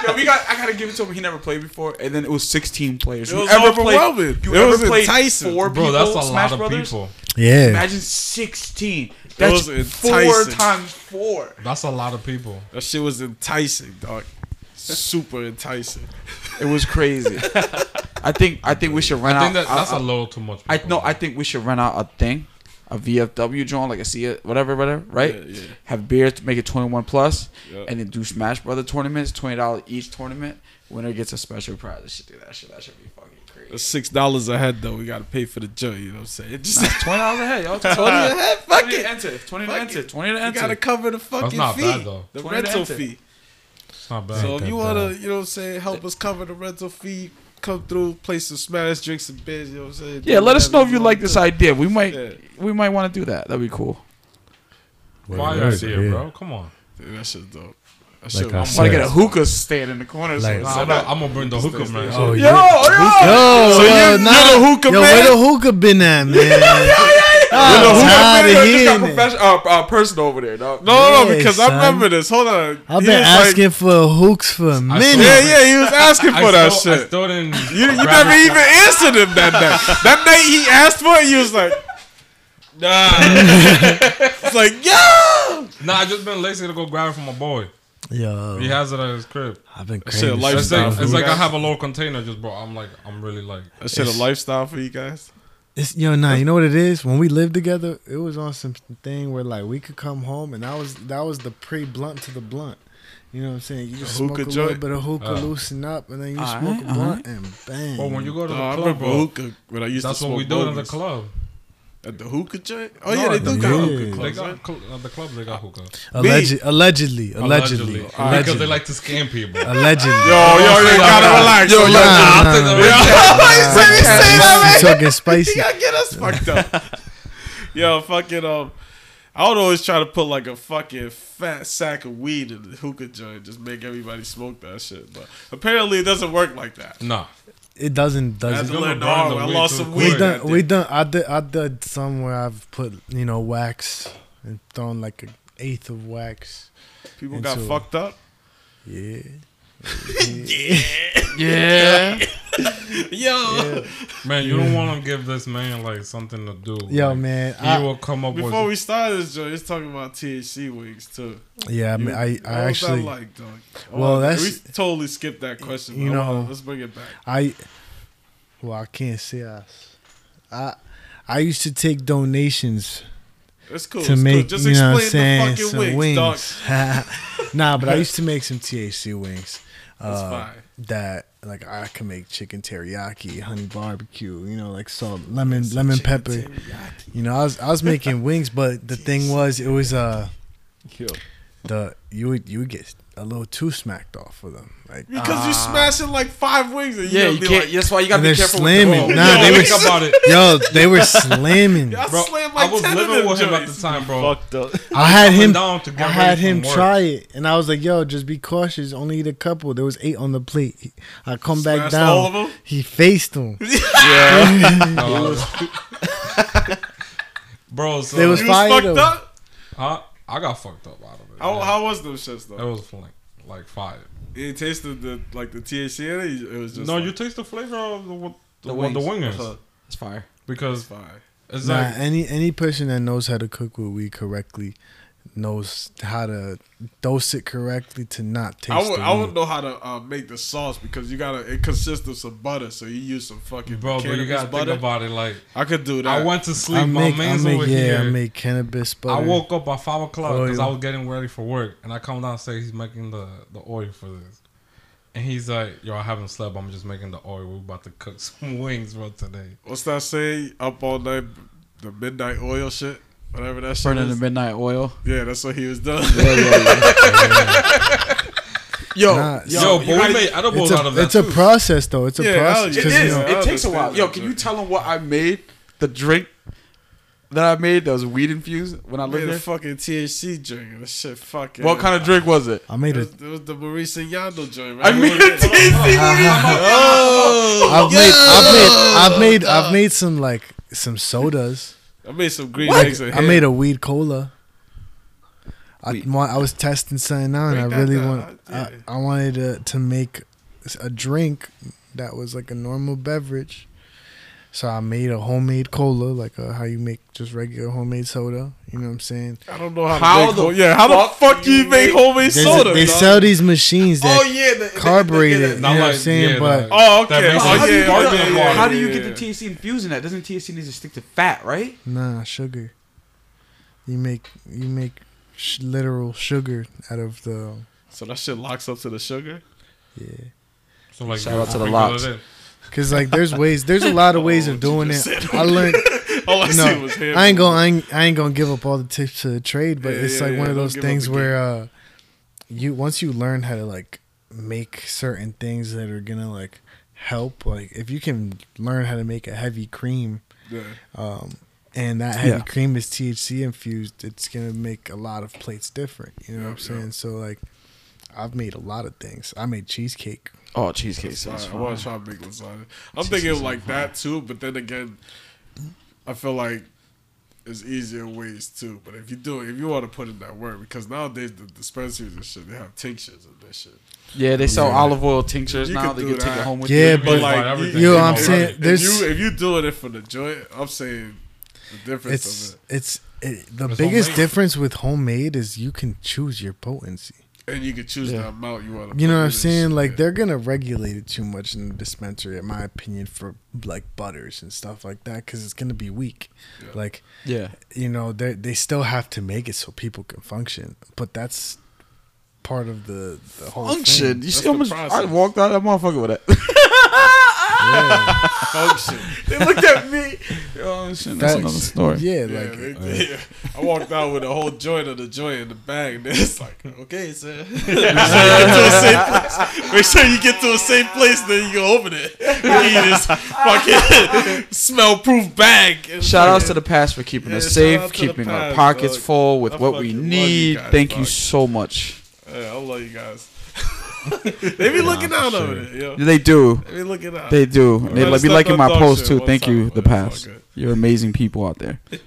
Speaker 3: Yo, we got. I gotta give it to him. He never played before, and then it was 16 players.
Speaker 1: It was
Speaker 3: Whoever
Speaker 1: overwhelming.
Speaker 3: played, you
Speaker 1: It
Speaker 3: ever
Speaker 1: was
Speaker 3: played
Speaker 1: enticing.
Speaker 3: four
Speaker 4: Bro,
Speaker 3: people?
Speaker 4: that's a
Speaker 3: Smash
Speaker 4: lot of
Speaker 3: Brothers?
Speaker 4: people.
Speaker 5: Yeah,
Speaker 3: Imagine 16. That's
Speaker 1: was
Speaker 3: four
Speaker 1: enticing.
Speaker 3: times four.
Speaker 4: That's a lot of people.
Speaker 1: That shit was enticing, dog. Super enticing.
Speaker 3: It was crazy. I think I think we should run
Speaker 4: I think
Speaker 3: out.
Speaker 4: that, that's
Speaker 3: I,
Speaker 4: a little too much.
Speaker 3: I-
Speaker 4: people.
Speaker 3: no. I think we should run out a thing, a VFW joint, like a see it, whatever, whatever. Right?
Speaker 1: Yeah, yeah.
Speaker 3: Have beers to make it twenty one plus,
Speaker 1: Yeah.
Speaker 3: and then do Smash Brother tournaments, twenty dollars each tournament. Winner gets a special prize. They should do that shit. That should be fucking
Speaker 1: That's Six dollars a head though. We gotta pay for the joint. You know what I'm saying? Just
Speaker 3: Twenty dollars a head, y'all.
Speaker 1: twenty a head. Fuck
Speaker 3: Twenty to
Speaker 1: it.
Speaker 3: enter. Twenty to
Speaker 1: Fuck
Speaker 3: enter.
Speaker 1: it.
Speaker 3: Twenty to
Speaker 1: You
Speaker 3: enter.
Speaker 1: gotta cover the fucking
Speaker 4: not
Speaker 1: fee.
Speaker 4: bad, though.
Speaker 1: The
Speaker 3: 20 to
Speaker 1: rental
Speaker 3: enter.
Speaker 1: fee.
Speaker 4: It's not bad.
Speaker 1: So if
Speaker 4: That
Speaker 1: you wanna,
Speaker 4: bad.
Speaker 1: you know what I'm saying, help us cover the rental fee, come through, play some smash, drink some beers, you know what I'm saying?
Speaker 3: yeah,
Speaker 1: Do
Speaker 3: let us
Speaker 1: whatever
Speaker 3: know if you
Speaker 1: wanna
Speaker 3: like
Speaker 1: do.
Speaker 3: this idea. We might,
Speaker 1: Yeah.
Speaker 3: we might want to do that. That'd be cool.
Speaker 4: Fire
Speaker 2: Word,
Speaker 4: idea,
Speaker 2: yeah.
Speaker 4: bro. Come on.
Speaker 1: Dude, that shit dope. That shit
Speaker 2: Like I
Speaker 1: was-
Speaker 3: Want
Speaker 2: said,
Speaker 3: to get a hookah stand in the corner? Like,
Speaker 2: Like-
Speaker 4: Nah, I'm, gonna- I'm gonna bring the hookup man.
Speaker 5: Oh,
Speaker 4: Oh,
Speaker 5: yo,
Speaker 3: yo, yo,
Speaker 5: yo,
Speaker 1: So
Speaker 5: yo,
Speaker 1: you're-
Speaker 5: nah.
Speaker 1: you're the hookah man?
Speaker 5: yo, where the hookah been at, man?
Speaker 6: Yo,
Speaker 5: I'm
Speaker 6: who got
Speaker 5: tired
Speaker 6: video?
Speaker 5: of
Speaker 6: Just got
Speaker 5: hearing it.
Speaker 6: professional, uh, uh, person over there, dog.
Speaker 1: no, no, no,
Speaker 5: Yeah,
Speaker 1: because
Speaker 5: son.
Speaker 1: I remember this. Hold on.
Speaker 5: I've
Speaker 1: He
Speaker 5: been
Speaker 1: was like-
Speaker 5: asking for hooks for a minute.
Speaker 1: yeah, yeah, he was asking for
Speaker 4: I,
Speaker 1: that
Speaker 4: still, I
Speaker 1: shit.
Speaker 4: still didn't.
Speaker 1: You, you never even answered him that night. That night he asked for it, you was like, nah. it's like, yo!
Speaker 4: Nah, I just been lazy to go grab it from my boy.
Speaker 5: Yo,
Speaker 4: He has it at his crib.
Speaker 5: I've been
Speaker 1: shit
Speaker 5: crazy.
Speaker 1: a life-
Speaker 4: It's like,
Speaker 1: Lifestyle
Speaker 4: it's
Speaker 1: food.
Speaker 4: like I have a little container just bro. I'm like, I'm really like.
Speaker 1: That shit a lifestyle for you guys.
Speaker 5: It's, yo, nah, you know what it is? When we lived together, it was on some thing where like we could come home, and that was that was the pre blunt to the blunt. You know what I'm saying? You just
Speaker 1: hookah
Speaker 5: smoke a little
Speaker 1: joint.
Speaker 5: bit of hookah,
Speaker 4: Uh.
Speaker 5: loosen up, and then you
Speaker 3: Alright,
Speaker 5: smoke a
Speaker 3: alright.
Speaker 5: blunt, and bang.
Speaker 4: Well, when you go to
Speaker 1: No,
Speaker 4: the
Speaker 1: I
Speaker 4: club,
Speaker 1: remember
Speaker 4: bro,
Speaker 1: hookah when I used
Speaker 4: that's
Speaker 1: to
Speaker 4: what
Speaker 1: smoke
Speaker 4: we do in the
Speaker 1: bogeys.
Speaker 4: club.
Speaker 1: At the hookah joint? Oh,
Speaker 4: No,
Speaker 1: yeah, they
Speaker 4: at the
Speaker 1: do got
Speaker 5: club.
Speaker 1: hookah
Speaker 4: They
Speaker 1: clubs, right?
Speaker 4: got cl- at the club. They got hookah.
Speaker 5: Alleged, allegedly, allegedly, allegedly,
Speaker 4: because they like to scam people.
Speaker 5: allegedly.
Speaker 1: Yo, yo,
Speaker 4: Don't
Speaker 1: you
Speaker 4: say
Speaker 1: gotta
Speaker 4: that.
Speaker 1: relax.
Speaker 6: Yo,
Speaker 1: Yo,
Speaker 6: yo,
Speaker 1: yo,
Speaker 5: nah.
Speaker 4: I'll take the red cap.
Speaker 5: I'm talking
Speaker 1: You
Speaker 5: spicy.
Speaker 1: gotta get us fucked up. yo, fucking, um, I would always try to put like a fucking fat sack of weed in the hookah joint, just make everybody smoke that shit. But apparently, it doesn't work like that.
Speaker 4: Nah,
Speaker 5: It doesn't
Speaker 1: I had
Speaker 5: doesn't.
Speaker 1: to
Speaker 4: Gonna
Speaker 1: learn the
Speaker 4: burn
Speaker 1: hard
Speaker 4: the
Speaker 1: way. I
Speaker 4: weed
Speaker 1: lost
Speaker 4: too
Speaker 1: some
Speaker 4: quick.
Speaker 1: weed.
Speaker 5: We
Speaker 4: Word,
Speaker 1: that
Speaker 5: done.
Speaker 1: day.
Speaker 5: We done. I did. I did some where I've put you know wax and thrown like an eighth of wax.
Speaker 1: People got
Speaker 5: into-
Speaker 1: fucked up.
Speaker 5: Yeah.
Speaker 3: yeah.
Speaker 1: Yo,
Speaker 4: man, you don't want to give this man like something to do.
Speaker 5: Yo,
Speaker 4: like,
Speaker 5: man.
Speaker 4: He
Speaker 5: I,
Speaker 4: will come up
Speaker 1: before
Speaker 4: with.
Speaker 1: we started this joint, it's talking about THC wigs too.
Speaker 5: yeah, I mean, I,
Speaker 1: What
Speaker 5: I
Speaker 1: was
Speaker 5: actually,
Speaker 1: that like, dog? Oh, I
Speaker 5: Well,
Speaker 1: wanna-
Speaker 5: that's-
Speaker 1: we totally skipped that question.
Speaker 5: you
Speaker 1: You know,
Speaker 5: know-
Speaker 1: let's bring it back.
Speaker 5: I, well, I can't say I, I, I used to take donations
Speaker 1: It's cool.
Speaker 5: to
Speaker 1: it's
Speaker 5: make,
Speaker 1: cool. Just
Speaker 5: you know what I'm
Speaker 1: explain
Speaker 5: saying,
Speaker 1: the fucking
Speaker 5: some
Speaker 1: wigs, dog. It's
Speaker 5: wings. nah, but I used to make some THC wings. Uh,
Speaker 1: fine.
Speaker 5: that like I can make chicken teriyaki, honey barbecue, you know, like salt, lemon, lemon pepper. You know, I was I was making wings, but the thing was, it was uh, the you would you would get a little too smacked off with them, like
Speaker 1: Because you smashing like five wings and you
Speaker 3: Yeah,
Speaker 1: gonna
Speaker 3: you
Speaker 1: be
Speaker 3: can't.
Speaker 1: like,
Speaker 3: That's why you
Speaker 5: and
Speaker 3: gotta
Speaker 5: they're
Speaker 3: be careful.
Speaker 5: slamming.
Speaker 1: with
Speaker 5: Nah,
Speaker 1: the
Speaker 5: they
Speaker 1: roll.
Speaker 5: were
Speaker 4: Think
Speaker 1: Yo,
Speaker 5: s-
Speaker 4: about it.
Speaker 5: yo, they were slamming.
Speaker 1: I
Speaker 4: Bro,
Speaker 1: slammed
Speaker 4: I
Speaker 1: like
Speaker 4: was
Speaker 1: 10 of
Speaker 4: living
Speaker 1: them
Speaker 4: with him at
Speaker 1: joints.
Speaker 4: the time, bro.
Speaker 1: up.
Speaker 5: I had
Speaker 4: Up and
Speaker 5: him.
Speaker 4: down to get
Speaker 5: I had
Speaker 4: ready from
Speaker 5: him
Speaker 4: work.
Speaker 5: try it, and I was like, "Yo, just be cautious. Only eat a couple." There was eight on the plate. He- I come back
Speaker 1: Smashed
Speaker 5: down.
Speaker 1: all of them?
Speaker 5: He faced them.
Speaker 4: Oh, bro. So,
Speaker 5: They was-
Speaker 1: You was
Speaker 5: Fire
Speaker 1: fucked
Speaker 5: though.
Speaker 1: up.
Speaker 4: huh? I got fucked up out of it.
Speaker 1: How,
Speaker 4: man.
Speaker 1: how was those shits
Speaker 4: That
Speaker 1: though?
Speaker 4: was like, like fire.
Speaker 1: You tasted the like the THC in it. It was just
Speaker 4: no,
Speaker 1: like,
Speaker 4: you taste the flavor of the the, the,
Speaker 3: wings.
Speaker 4: the wingers
Speaker 3: It's fire.
Speaker 4: because
Speaker 1: fine.
Speaker 4: it's
Speaker 5: Nah,
Speaker 4: like
Speaker 5: any any person that knows how to cook with weed correctly knows how to dose it correctly to not taste
Speaker 1: I would
Speaker 5: the
Speaker 1: I
Speaker 5: weed.
Speaker 1: would know how to uh, make the sauce because you gotta it consists of some butter, so you use some fucking
Speaker 4: bro, but you
Speaker 1: cannabis
Speaker 4: gotta
Speaker 1: butter.
Speaker 4: think about it. Like
Speaker 1: I could do that.
Speaker 4: I went to sleep.
Speaker 5: I
Speaker 4: my
Speaker 5: make, I
Speaker 4: man's
Speaker 5: make-
Speaker 4: over
Speaker 5: yeah,
Speaker 4: here.
Speaker 5: I make cannabis butter. Oh,
Speaker 4: I woke up at five o'clock because I
Speaker 5: Oil.
Speaker 4: was getting ready for work, and I come downstairs. He's making the the oil for this, and he's like, "Yo, I haven't slept. I'm just making the oil. We're about to cook some wings for today."
Speaker 1: What's that say? Up all night, the midnight oil shit, whatever that shit.
Speaker 3: Burning the
Speaker 1: Is.
Speaker 3: midnight oil.
Speaker 1: yeah, that's what he was doing.
Speaker 6: Yo,
Speaker 5: Nah,
Speaker 4: Yo,
Speaker 6: yo,
Speaker 4: but
Speaker 6: you
Speaker 4: we
Speaker 6: gotta-
Speaker 4: made edibles
Speaker 5: It's
Speaker 4: out
Speaker 5: a,
Speaker 4: of that.
Speaker 5: it's a
Speaker 4: too.
Speaker 5: process though. It's a
Speaker 1: Yeah,
Speaker 5: process.
Speaker 1: it
Speaker 6: it
Speaker 5: 'cause,
Speaker 6: is.
Speaker 5: You know,
Speaker 1: I
Speaker 6: It takes a
Speaker 1: understand
Speaker 6: while.
Speaker 1: that,
Speaker 6: Yo, can
Speaker 1: but-
Speaker 6: you tell them what I made? The drink that I made that was weed infused when I
Speaker 1: I made
Speaker 6: lived
Speaker 1: a
Speaker 6: there.
Speaker 1: fucking THC drink. and That shit fucking.
Speaker 6: What kind of drink was it?
Speaker 5: I
Speaker 1: It
Speaker 5: made a,
Speaker 1: was, it was the Maurice and Yando joint,
Speaker 6: I
Speaker 1: right?
Speaker 6: made a
Speaker 1: oh,
Speaker 5: I've made, I've made, I've made, I've made some like some sodas.
Speaker 1: I made some green eggs. And
Speaker 5: I made a weed cola. I, wa- I was testing something out, and
Speaker 1: Break that
Speaker 5: I really
Speaker 1: down.
Speaker 5: want.
Speaker 1: Yeah.
Speaker 5: I, I wanted to, to make s- a drink that was like a normal beverage, so I made a homemade cola, like a, how you make just regular homemade soda. You know what I'm saying?
Speaker 1: I don't know how.
Speaker 6: How
Speaker 1: to make
Speaker 6: the
Speaker 1: home- yeah, how the
Speaker 6: fuck
Speaker 1: fuck you
Speaker 6: you
Speaker 1: make
Speaker 6: make-
Speaker 1: homemade
Speaker 5: There's a-
Speaker 1: soda?
Speaker 5: they
Speaker 1: dog?
Speaker 5: sell these machines that
Speaker 6: Oh yeah, the,
Speaker 5: carburate it. You
Speaker 4: Not
Speaker 5: know what I'm
Speaker 4: like-
Speaker 5: saying?
Speaker 4: yeah,
Speaker 5: but
Speaker 4: like-
Speaker 1: Oh okay.
Speaker 4: That makes
Speaker 1: oh,
Speaker 4: sense.
Speaker 1: yeah,
Speaker 4: How do you
Speaker 1: yeah, yeah,
Speaker 4: get the-
Speaker 1: yeah,
Speaker 3: How do you get
Speaker 1: yeah.
Speaker 3: the THC infused in that? Doesn't THC need to stick to fat, right?
Speaker 5: Nah, sugar. You make you make sh- literal sugar out of the
Speaker 1: So that shit locks up to the sugar.
Speaker 5: yeah.
Speaker 4: So like,
Speaker 3: Shout out to the
Speaker 4: regular
Speaker 3: locks.
Speaker 4: day.
Speaker 5: Cause like there's ways, there's a lot of ways
Speaker 1: Oh,
Speaker 5: of doing it. I learned.
Speaker 1: All I
Speaker 5: You
Speaker 1: see
Speaker 5: know,
Speaker 1: was him.
Speaker 5: I ain't gonna, I ain't, I ain't gonna give up all the tips to the trade, but
Speaker 1: Yeah,
Speaker 5: it's
Speaker 1: yeah,
Speaker 5: like
Speaker 1: yeah,
Speaker 5: one of
Speaker 1: don't
Speaker 5: those
Speaker 1: give up
Speaker 5: things
Speaker 1: the
Speaker 5: where uh, you once you learn how to like make certain things that are gonna like help. Like if you can learn how to make a heavy cream,
Speaker 1: Yeah.
Speaker 5: um, and that heavy
Speaker 3: Yeah.
Speaker 5: cream is THC infused, it's gonna make a lot of plates different. You know what I'm saying? So like, I've made a lot of things. I made cheesecake.
Speaker 3: Oh, cheesecake sauce.
Speaker 1: Alright, I want to try big lasagna. I'm thinking like that too, but then again, I feel like there's easier ways too. But if you do, if you want to put in that work, because nowadays the dispensaries and shit, they have tinctures and that shit.
Speaker 3: Yeah, they sell olive oil tinctures
Speaker 1: You
Speaker 3: now.
Speaker 1: could
Speaker 3: They
Speaker 1: do
Speaker 3: can take
Speaker 1: that.
Speaker 3: it home with
Speaker 5: Yeah,
Speaker 3: you.
Speaker 5: but-
Speaker 4: Buy
Speaker 1: like,
Speaker 4: everything.
Speaker 5: you know
Speaker 4: They
Speaker 5: what I'm
Speaker 4: buy
Speaker 5: saying?
Speaker 4: everything.
Speaker 1: If
Speaker 5: There's-
Speaker 1: you if you doing it for the joint, I'm saying the difference
Speaker 5: It's
Speaker 1: of
Speaker 5: it's it, the
Speaker 4: It's
Speaker 5: biggest
Speaker 4: homemade.
Speaker 5: difference with homemade is you can choose your potency.
Speaker 1: it, and you can choose
Speaker 3: Yeah.
Speaker 1: the amount you want to.
Speaker 5: You know what I'm saying? Like they're gonna regulate it too much in the dispensary, in my opinion, for like butters and stuff like that, because it's gonna be weak.
Speaker 1: Yeah.
Speaker 5: Like
Speaker 3: Yeah,
Speaker 5: you know, they they still have to make it so people can function, but that's part of the the whole thing.
Speaker 3: function. You
Speaker 1: That's
Speaker 3: see how
Speaker 1: the
Speaker 3: much I
Speaker 1: process.
Speaker 3: walked out of that motherfucker with that.
Speaker 5: Yeah,
Speaker 1: function.
Speaker 3: they looked at me. Oh shit, that's
Speaker 5: Facts.
Speaker 3: another story.
Speaker 5: yeah,
Speaker 1: Yeah,
Speaker 5: like
Speaker 1: they- yeah. I walked out with a whole joint of the joint in the bag. And it's like, okay, sir. Make sure you get to a safe place. Make sure you get to a safe place, then you can open it. You eat this fucking smell-proof bag. It's
Speaker 3: Shout
Speaker 1: like-
Speaker 3: outs to the past for keeping
Speaker 1: Yeah,
Speaker 3: us
Speaker 1: shout
Speaker 3: safe,
Speaker 1: out to the
Speaker 3: keeping our
Speaker 1: past,
Speaker 3: pockets
Speaker 1: dog.
Speaker 3: full with
Speaker 1: I
Speaker 3: what we
Speaker 1: fucking love you
Speaker 3: need.
Speaker 1: guys,
Speaker 3: Thank you
Speaker 1: dog.
Speaker 3: so much.
Speaker 1: Yeah, I love you guys. they be looking out over it, yo.
Speaker 3: They do.
Speaker 1: They be looking out.
Speaker 3: They do. They
Speaker 1: gotta
Speaker 3: li- be
Speaker 1: step
Speaker 3: liking
Speaker 1: on
Speaker 3: my
Speaker 1: dog
Speaker 3: posts
Speaker 1: shit
Speaker 3: too.
Speaker 1: one
Speaker 3: Thank
Speaker 1: time,
Speaker 3: you,
Speaker 1: but
Speaker 3: the
Speaker 1: it's all
Speaker 3: past.
Speaker 1: good.
Speaker 3: You're amazing people out there.
Speaker 5: but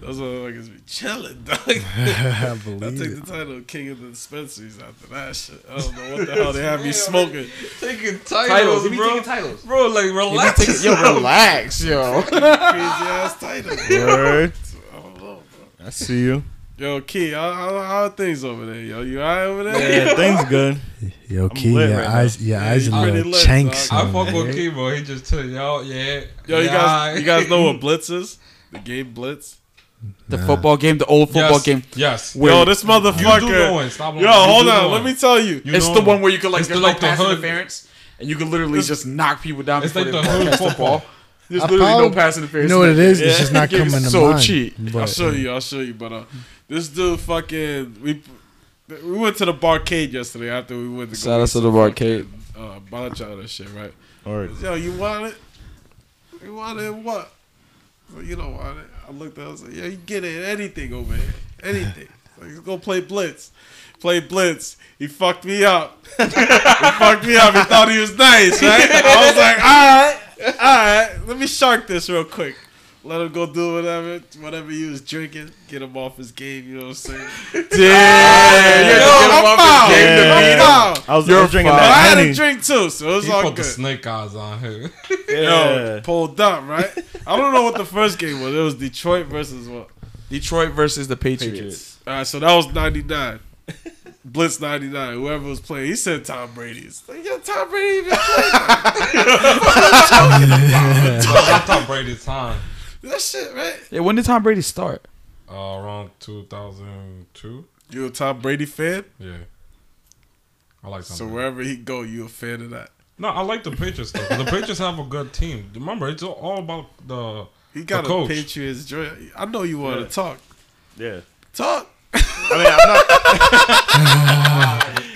Speaker 1: Those motherfuckers be chilling, dog.
Speaker 5: I
Speaker 1: I
Speaker 5: believe
Speaker 1: take the
Speaker 5: it.
Speaker 1: title of King of the Dispensaries after that shit. I don't know what the hell they have me smoking.
Speaker 4: Taking titles,
Speaker 6: Give me
Speaker 4: bro.
Speaker 6: taking titles.
Speaker 4: Bro, like relax.
Speaker 3: yo, relax, yo.
Speaker 1: Crazy ass title. bro.
Speaker 2: Word.
Speaker 1: I don't know, bro.
Speaker 2: I see you.
Speaker 1: Yo, Key, how, how, how are things over there? Yo, you alright over there?
Speaker 2: Yeah, things good.
Speaker 5: Yo, Key,
Speaker 2: lit
Speaker 5: your
Speaker 2: right now.
Speaker 5: eyes, your eyes,
Speaker 1: you
Speaker 5: are
Speaker 1: pretty
Speaker 5: little
Speaker 1: lit,
Speaker 5: chanks.
Speaker 1: dog.
Speaker 4: I
Speaker 5: on
Speaker 4: fuck
Speaker 5: there.
Speaker 4: with Kimo. He just tell y'all, yeah.
Speaker 1: Yo, you
Speaker 4: yeah,
Speaker 1: guys, you
Speaker 4: alright.
Speaker 1: guys know what Blitz is? The game Blitz.
Speaker 3: The football game, the old football
Speaker 4: yes,
Speaker 3: game.
Speaker 4: Yes.
Speaker 3: Wait.
Speaker 1: Yo, this
Speaker 4: You do know
Speaker 1: motherfucker.
Speaker 4: one. Stop
Speaker 1: Yo,
Speaker 4: lying. You
Speaker 1: hold
Speaker 4: do know
Speaker 1: on.
Speaker 4: one.
Speaker 1: Let me tell you.
Speaker 4: You
Speaker 6: It's
Speaker 4: know
Speaker 6: the
Speaker 4: one.
Speaker 6: one where you can like
Speaker 4: It's
Speaker 6: there's
Speaker 4: the-
Speaker 6: no
Speaker 4: like the
Speaker 6: pass
Speaker 4: hood.
Speaker 6: interference, and you can literally just knock people down
Speaker 4: It's
Speaker 6: before
Speaker 4: like
Speaker 6: they
Speaker 4: the hood
Speaker 6: catch the
Speaker 4: football.
Speaker 6: ball. There's
Speaker 5: I
Speaker 6: literally no
Speaker 5: probably-
Speaker 6: pass interference.
Speaker 5: You know what it is? It's just not
Speaker 6: It's
Speaker 5: coming to
Speaker 6: so
Speaker 5: mind.
Speaker 6: cheap.
Speaker 1: I'll
Speaker 5: But,
Speaker 1: show you. I'll show you. But uh, this dude fucking we we went to the barcade yesterday after we went to go
Speaker 3: Shout
Speaker 1: get
Speaker 3: out to
Speaker 1: some
Speaker 3: the barcade.
Speaker 1: uh, bunch out of shit, right?
Speaker 2: Word.
Speaker 1: Yo, you want it? You want it? What? Well, you don't want it. I looked at. I was like, yeah, you get it. Anything over here. Anything. Like, let's go play blitz. Play blitz. He fucked me up. he fucked me up. He thought he was nice, right? I was like, all right, all right. Let me shark this real quick. Let him go do whatever, whatever he was drinking. Get him off his game. You know what I'm saying?
Speaker 6: Yeah,
Speaker 1: Yo,
Speaker 6: you get
Speaker 1: I'm
Speaker 6: him off his
Speaker 1: foul.
Speaker 6: game to
Speaker 1: I'm
Speaker 6: beat him.
Speaker 1: foul.
Speaker 2: I was, I was drinking
Speaker 1: But I
Speaker 2: that
Speaker 1: had a
Speaker 2: honey.
Speaker 1: drink too, so it was
Speaker 4: He
Speaker 1: all
Speaker 4: put the
Speaker 1: good.
Speaker 4: snake eyes on her.
Speaker 1: Yo,
Speaker 2: Yeah.
Speaker 1: pulled up, right? I don't know what the first game was. It was Detroit versus what?
Speaker 3: Detroit versus the Patriots.
Speaker 1: All right, so that was 99. Blitz 99, whoever was playing. He said Tom Brady. It's like, yo, Tom Brady even played.
Speaker 4: I thought Brady time.
Speaker 1: That shit, right?
Speaker 3: Yeah, when did Tom Brady start?
Speaker 4: Uh, around 2002.
Speaker 1: You a Tom Brady fan?
Speaker 4: Yeah. I like
Speaker 1: So
Speaker 4: something.
Speaker 1: wherever he go, you a fan of that.
Speaker 4: no, I like the Patriots though. 'cause The Patriots have a good team. Remember, it's all about the.
Speaker 1: He got
Speaker 4: The
Speaker 1: a
Speaker 4: coach.
Speaker 1: Patriots joint. I know you want
Speaker 2: Yeah.
Speaker 1: to talk.
Speaker 2: Yeah.
Speaker 1: Talk.
Speaker 2: I mean,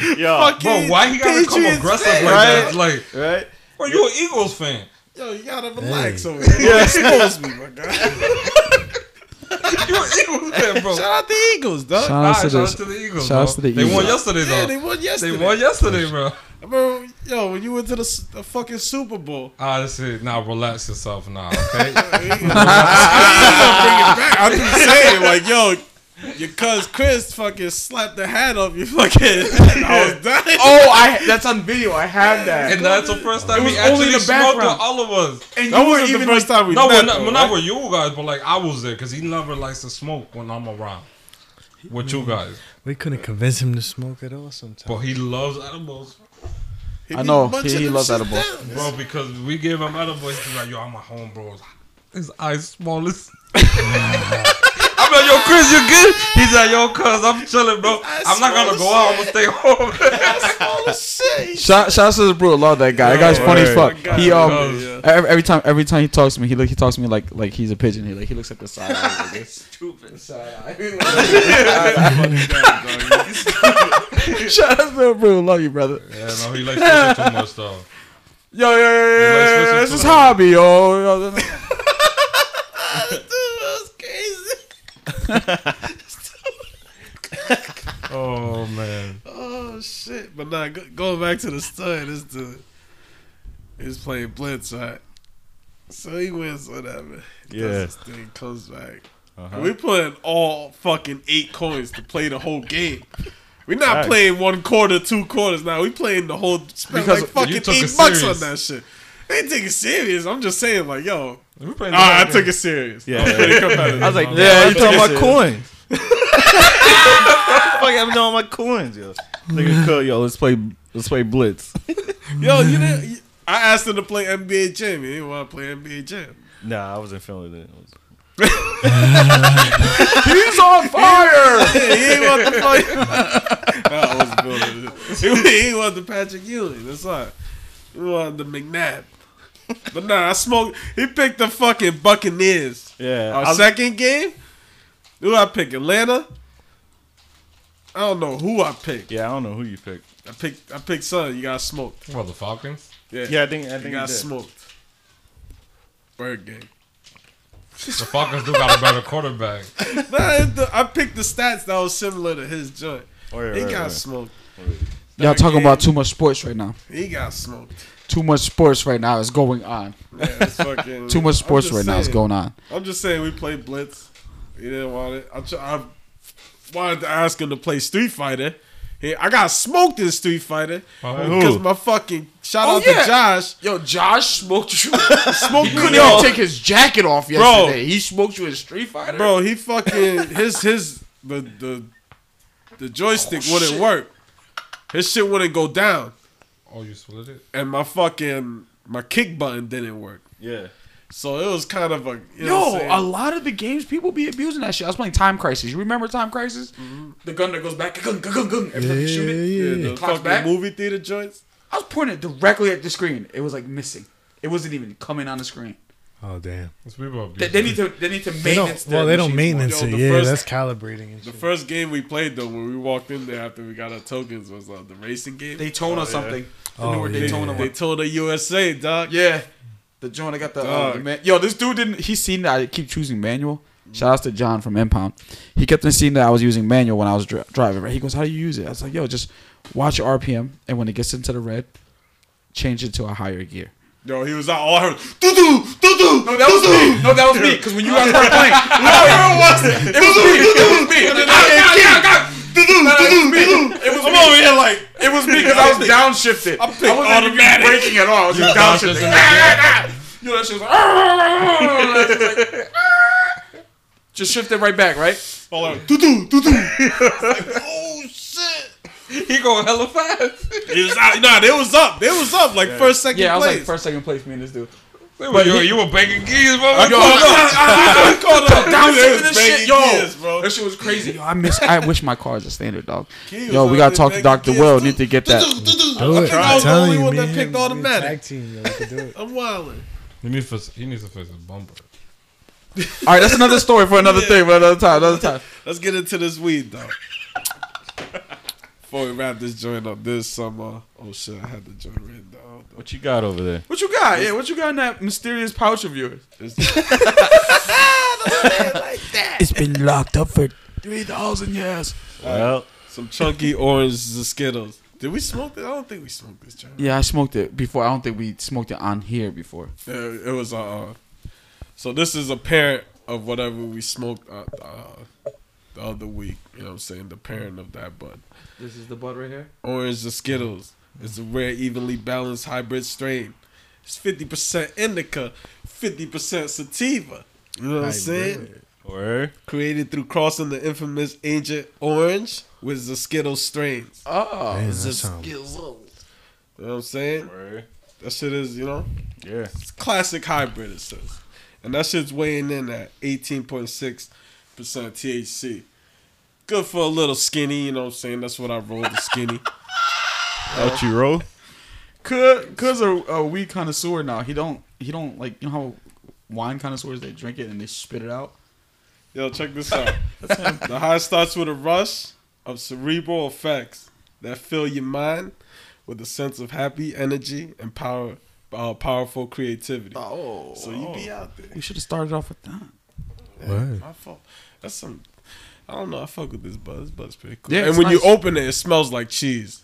Speaker 2: I'm not. Yo,
Speaker 1: Fuck
Speaker 4: Bro,
Speaker 1: you,
Speaker 4: why he gotta come
Speaker 1: Patriots
Speaker 4: aggressive
Speaker 1: fan,
Speaker 4: like
Speaker 1: right?
Speaker 4: that? Like,
Speaker 2: right?
Speaker 4: bro, you an Eagles fan?
Speaker 1: Yo, you gotta relax over here. Yeah, expose me, my guy.
Speaker 4: You an Eagles fan, bro?
Speaker 1: Shout out the Eagles, dog.
Speaker 3: Shout
Speaker 4: Uh, Nah,
Speaker 3: out to
Speaker 4: shout
Speaker 3: the-
Speaker 4: out to the Eagles.
Speaker 3: shout out
Speaker 4: bro.
Speaker 3: to the
Speaker 4: They won
Speaker 3: Eagles.
Speaker 4: yesterday
Speaker 1: yeah,
Speaker 4: though.
Speaker 1: they won yesterday.
Speaker 4: They won yesterday, bro.
Speaker 1: I remember, yo, when you went to the, s- the fucking Super Bowl.
Speaker 4: Honestly, now relax yourself now, okay?
Speaker 1: I'm just saying, like, yo, your cuz Chris fucking slapped the hat off you fucking. I was dying.
Speaker 6: Oh, I that's on video. I have that.
Speaker 4: and that's the first time
Speaker 6: It
Speaker 4: we
Speaker 6: was only
Speaker 4: actually
Speaker 6: the
Speaker 4: smoked with
Speaker 6: background.
Speaker 4: all of us.
Speaker 6: And
Speaker 1: that
Speaker 6: you weren't
Speaker 1: wasn't the
Speaker 6: even
Speaker 1: first time we
Speaker 4: No,
Speaker 1: met.
Speaker 4: we're not,
Speaker 1: though,
Speaker 4: we're not
Speaker 1: right?
Speaker 4: with you guys, but like I was there because he never likes to smoke when I'm around. With you guys,
Speaker 5: we couldn't convince him to smoke at all. Sometimes.
Speaker 4: but he loves edibles,
Speaker 1: He
Speaker 3: I
Speaker 1: be
Speaker 3: know,
Speaker 1: munching
Speaker 3: he- he
Speaker 1: them
Speaker 3: loves
Speaker 1: shit
Speaker 3: edibles.
Speaker 1: down.
Speaker 4: bro. Because we gave him edibles, he's like, "Yo, I'm a home bro." His eyes smallest. I'm like, yo, Chris, you good? He's like, yo, cuz, I'm chilling, bro. I'm not gonna go out. I'm gonna stay home.
Speaker 3: Shout, shout out to the brutal law that guy. That guy's funny as fuck. He um
Speaker 4: Oh, Yeah.
Speaker 3: every, every time every time he talks to me, he look he talks to me like like he's a pigeon. He like he looks at the side. eye like this.
Speaker 6: Stupid side. That's
Speaker 3: shout out to the brutal law, you brother.
Speaker 4: yeah, no, he likes pushing too much though.
Speaker 3: Yo yo yo yo,
Speaker 4: Let's
Speaker 3: yo,
Speaker 4: listen
Speaker 3: yo
Speaker 4: to
Speaker 3: this is
Speaker 4: that.
Speaker 3: hobby yo. yo.
Speaker 6: crazy.
Speaker 4: Oh man.
Speaker 1: Oh shit! But nah, go, going back to the stud, this dude is playing blitz, right? So he wins whatever. He
Speaker 2: Yeah.
Speaker 1: Does his thing comes back.
Speaker 4: Uh-huh.
Speaker 1: We putting all fucking eight coins to play the whole game. We're not
Speaker 2: Facts.
Speaker 1: playing one quarter, two quarters. Now we playing the whole. Spent
Speaker 4: Because
Speaker 1: like fucking
Speaker 4: you
Speaker 1: eight
Speaker 4: took it
Speaker 1: bucks on
Speaker 4: serious.
Speaker 1: that shit. They take it serious. I'm just saying, like, yo,
Speaker 4: We playing.
Speaker 1: ah, I took it serious.
Speaker 2: Yeah.
Speaker 1: I'm pretty competitive.
Speaker 2: I was like,
Speaker 4: Yeah,
Speaker 2: yeah, you
Speaker 1: you
Speaker 2: talking
Speaker 1: took
Speaker 2: about
Speaker 1: it
Speaker 2: coins. Fuck, I'm doing all my coins, yo. Nigga, cut, yo, let's play, let's play blitz.
Speaker 1: yo, you didn't. you- I asked him to play NBA Jam. He didn't want to play NBA Jam.
Speaker 2: Nah, I wasn't feeling it.
Speaker 1: He's on fire. he ain't want the fuck. I was building it. He ain't want the Patrick Ewing. That's all. He wanted the McNabb. But nah, I smoked. He picked the fucking Buccaneers.
Speaker 2: Yeah,
Speaker 1: Our
Speaker 2: I was-
Speaker 1: second game. Who I pick? Atlanta. I don't know who I picked.
Speaker 2: yeah, I don't know who you picked.
Speaker 1: I picked. I picked son. You got smoked.
Speaker 4: Well, the Falcons.
Speaker 1: Yeah.
Speaker 2: Yeah, I think I
Speaker 1: You
Speaker 2: think
Speaker 1: got
Speaker 2: you did.
Speaker 1: smoked. Bird game.
Speaker 4: The Falcons do got a better quarterback.
Speaker 1: Nah, it- the- I picked the stats that was similar to his joint.
Speaker 2: Right, Oh, right,
Speaker 1: He got
Speaker 2: right.
Speaker 1: smoked.
Speaker 3: Y'all
Speaker 1: Third
Speaker 3: talking
Speaker 1: game.
Speaker 3: about too much sports right now.
Speaker 1: He got smoked.
Speaker 3: Too much sports right now is going on.
Speaker 1: Yeah, it's fucking,
Speaker 3: Too much sports
Speaker 1: I'm
Speaker 3: right
Speaker 1: just
Speaker 3: now is
Speaker 1: saying-
Speaker 3: going on.
Speaker 1: I'm just saying we played blitz. He didn't want it. I, tr- I wanted to ask him to play Street Fighter. He, I got smoked in Street Fighter
Speaker 4: By who?
Speaker 1: because my fucking shout
Speaker 6: Oh,
Speaker 1: out
Speaker 6: yeah.
Speaker 1: to Josh
Speaker 6: Yo, Josh smoked you.
Speaker 1: smoked
Speaker 6: couldn't
Speaker 3: Oh.
Speaker 1: yo,
Speaker 6: even take his jacket off yesterday. He smoked you in Street Fighter.
Speaker 1: bro. He fucking his his the the the joystick
Speaker 6: Oh,
Speaker 1: wouldn't
Speaker 6: shit.
Speaker 1: work. His shit wouldn't go down,
Speaker 4: Oh, you split it.
Speaker 1: and my fucking my kick button didn't work.
Speaker 2: Yeah,
Speaker 1: So it was kind of a you know what
Speaker 3: Yo,
Speaker 1: I'm saying?
Speaker 3: a lot of the games people be abusing that shit. I was playing Time Crisis. You remember Time Crisis?
Speaker 6: The gun that goes back, gung, gung, gung, gung, every
Speaker 5: Yeah,
Speaker 6: time you shoot it.
Speaker 5: yeah,
Speaker 1: yeah,
Speaker 5: yeah.
Speaker 1: the
Speaker 6: Clock's
Speaker 1: fucking
Speaker 6: back.
Speaker 1: movie theater joints.
Speaker 3: I was pointing it directly at the screen. It was like missing. It wasn't even coming on the screen.
Speaker 5: Oh damn.
Speaker 4: It's people
Speaker 3: They,
Speaker 4: abuse.
Speaker 3: they need to. They need to
Speaker 5: They
Speaker 3: maintenance.
Speaker 5: don't, well, they don't
Speaker 3: machines more.
Speaker 5: maintenance
Speaker 1: Yo,
Speaker 5: it.
Speaker 1: the
Speaker 5: Yeah,
Speaker 1: first-
Speaker 5: that's calibrating and
Speaker 1: The
Speaker 5: shit.
Speaker 1: first game we played though, when we walked in there after we got our tokens, was uh, the racing game. They,
Speaker 3: Daytona something. The
Speaker 5: Oh,
Speaker 3: newer
Speaker 5: yeah.
Speaker 3: Daytona
Speaker 1: they
Speaker 3: one.
Speaker 1: told the USA, doc.
Speaker 3: Yeah. The joint I got the, uh,
Speaker 1: Dog.
Speaker 3: the man. Yo, this dude didn't. He seen that I keep choosing manual. Shout outs to John from Impound. He kept on seeing that I was using manual when I was dri- driving. Right? He goes, "How do you use it?" I was like, "Yo, just watch your RPM, and when it gets into the red, change it to a higher gear."
Speaker 1: Yo, he was oh, out all her. Doo doo doo doo.
Speaker 3: No, that was me. No, that was me. Because when you guys were playing, it was me. It was me. It was me. It was me. over here like it was me because I was downshifted. I wasn't automatic. breaking at all. I was just
Speaker 4: downshifted.
Speaker 3: You know that shit was like. "Ah!" It was like, "Ah!" Just shifted right back, right?
Speaker 1: All her. Doo doo doo doo.
Speaker 4: He going hella fast.
Speaker 1: He was out. Nah, they was up. They was up like first second
Speaker 3: Yeah, I was
Speaker 1: place.
Speaker 3: like first, second place. Me and this dude.
Speaker 4: But yo, you were banking keys, bro.
Speaker 3: Yo, no, I called up
Speaker 1: They was
Speaker 3: downshifted and
Speaker 1: banging
Speaker 3: shit, yo.
Speaker 1: gears, bro.
Speaker 3: That shit was crazy. Yo, I miss. I wish my car was a standard dog.
Speaker 1: He
Speaker 3: Yo,
Speaker 1: was
Speaker 3: we
Speaker 1: out
Speaker 3: gotta
Speaker 1: there
Speaker 3: talk to Doctor
Speaker 1: banging
Speaker 3: Will.
Speaker 1: gears.
Speaker 3: Need to get that.
Speaker 1: Doo, doo, doo, doo.
Speaker 5: Do
Speaker 1: I
Speaker 5: it.
Speaker 1: think I was the
Speaker 5: Telling
Speaker 1: only
Speaker 5: you,
Speaker 1: one that
Speaker 5: man.
Speaker 1: picked
Speaker 5: We a
Speaker 1: automatic.
Speaker 5: Tag team, yo, we could do it.
Speaker 1: I'm wilding.
Speaker 4: He needs to. He needs to fix his bumper.
Speaker 3: All right, that's another story for another thing, for another time, another time.
Speaker 1: Let's get into this weed though. Before we wrap this joint up this summer. Oh shit, I had the joint written down.
Speaker 2: what you got over there?
Speaker 3: What you got? Yeah, what you got in that mysterious pouch of yours?
Speaker 1: It's
Speaker 3: It's been locked up for three thousand years.
Speaker 2: Well,
Speaker 1: Some chunky orange Skittles. Did we smoke this? I don't think we smoked this joint.
Speaker 3: Yeah, I smoked it before. I don't think we smoked it on here before.
Speaker 1: Uh, It was uh. So this is a parent of whatever we smoked uh, uh, the other week. You know what I'm saying? The parent of that bud.
Speaker 3: This is the bud right here.
Speaker 1: Orange the Skittles. It's a rare, evenly balanced hybrid strain. It's 50% indica, 50% sativa. You know what I'm saying?
Speaker 2: word.
Speaker 1: Created through crossing the infamous ancient orange with the Skittle strains.
Speaker 3: Oh,
Speaker 5: Man, that sound-
Speaker 1: You know what I'm saying?
Speaker 2: Word.
Speaker 1: That shit is, you know,
Speaker 2: Yeah.
Speaker 1: It's classic hybrid, it says. And that shit's weighing in at 18.6 percent THC. Good for a little skinny, you know what I'm saying? That's what I roll the skinny.
Speaker 2: What you roll?
Speaker 3: Cause, cause a, a weed connoisseur now. He don't he don't like you know how wine connoisseurs they drink it and they spit it out.
Speaker 1: Yo, check this out. the high starts with a rush of cerebral effects that fill your mind with a sense of happy energy and power, uh, powerful creativity.
Speaker 3: Oh,
Speaker 1: so you be out there.
Speaker 3: we should have started off with that.
Speaker 5: Word.
Speaker 1: My fault. That's some. I don't know. I fuck with this bud. This bud's pretty cool.
Speaker 3: Yeah,
Speaker 1: and
Speaker 3: it's
Speaker 1: when
Speaker 3: nice.
Speaker 1: you open it, it smells like cheese.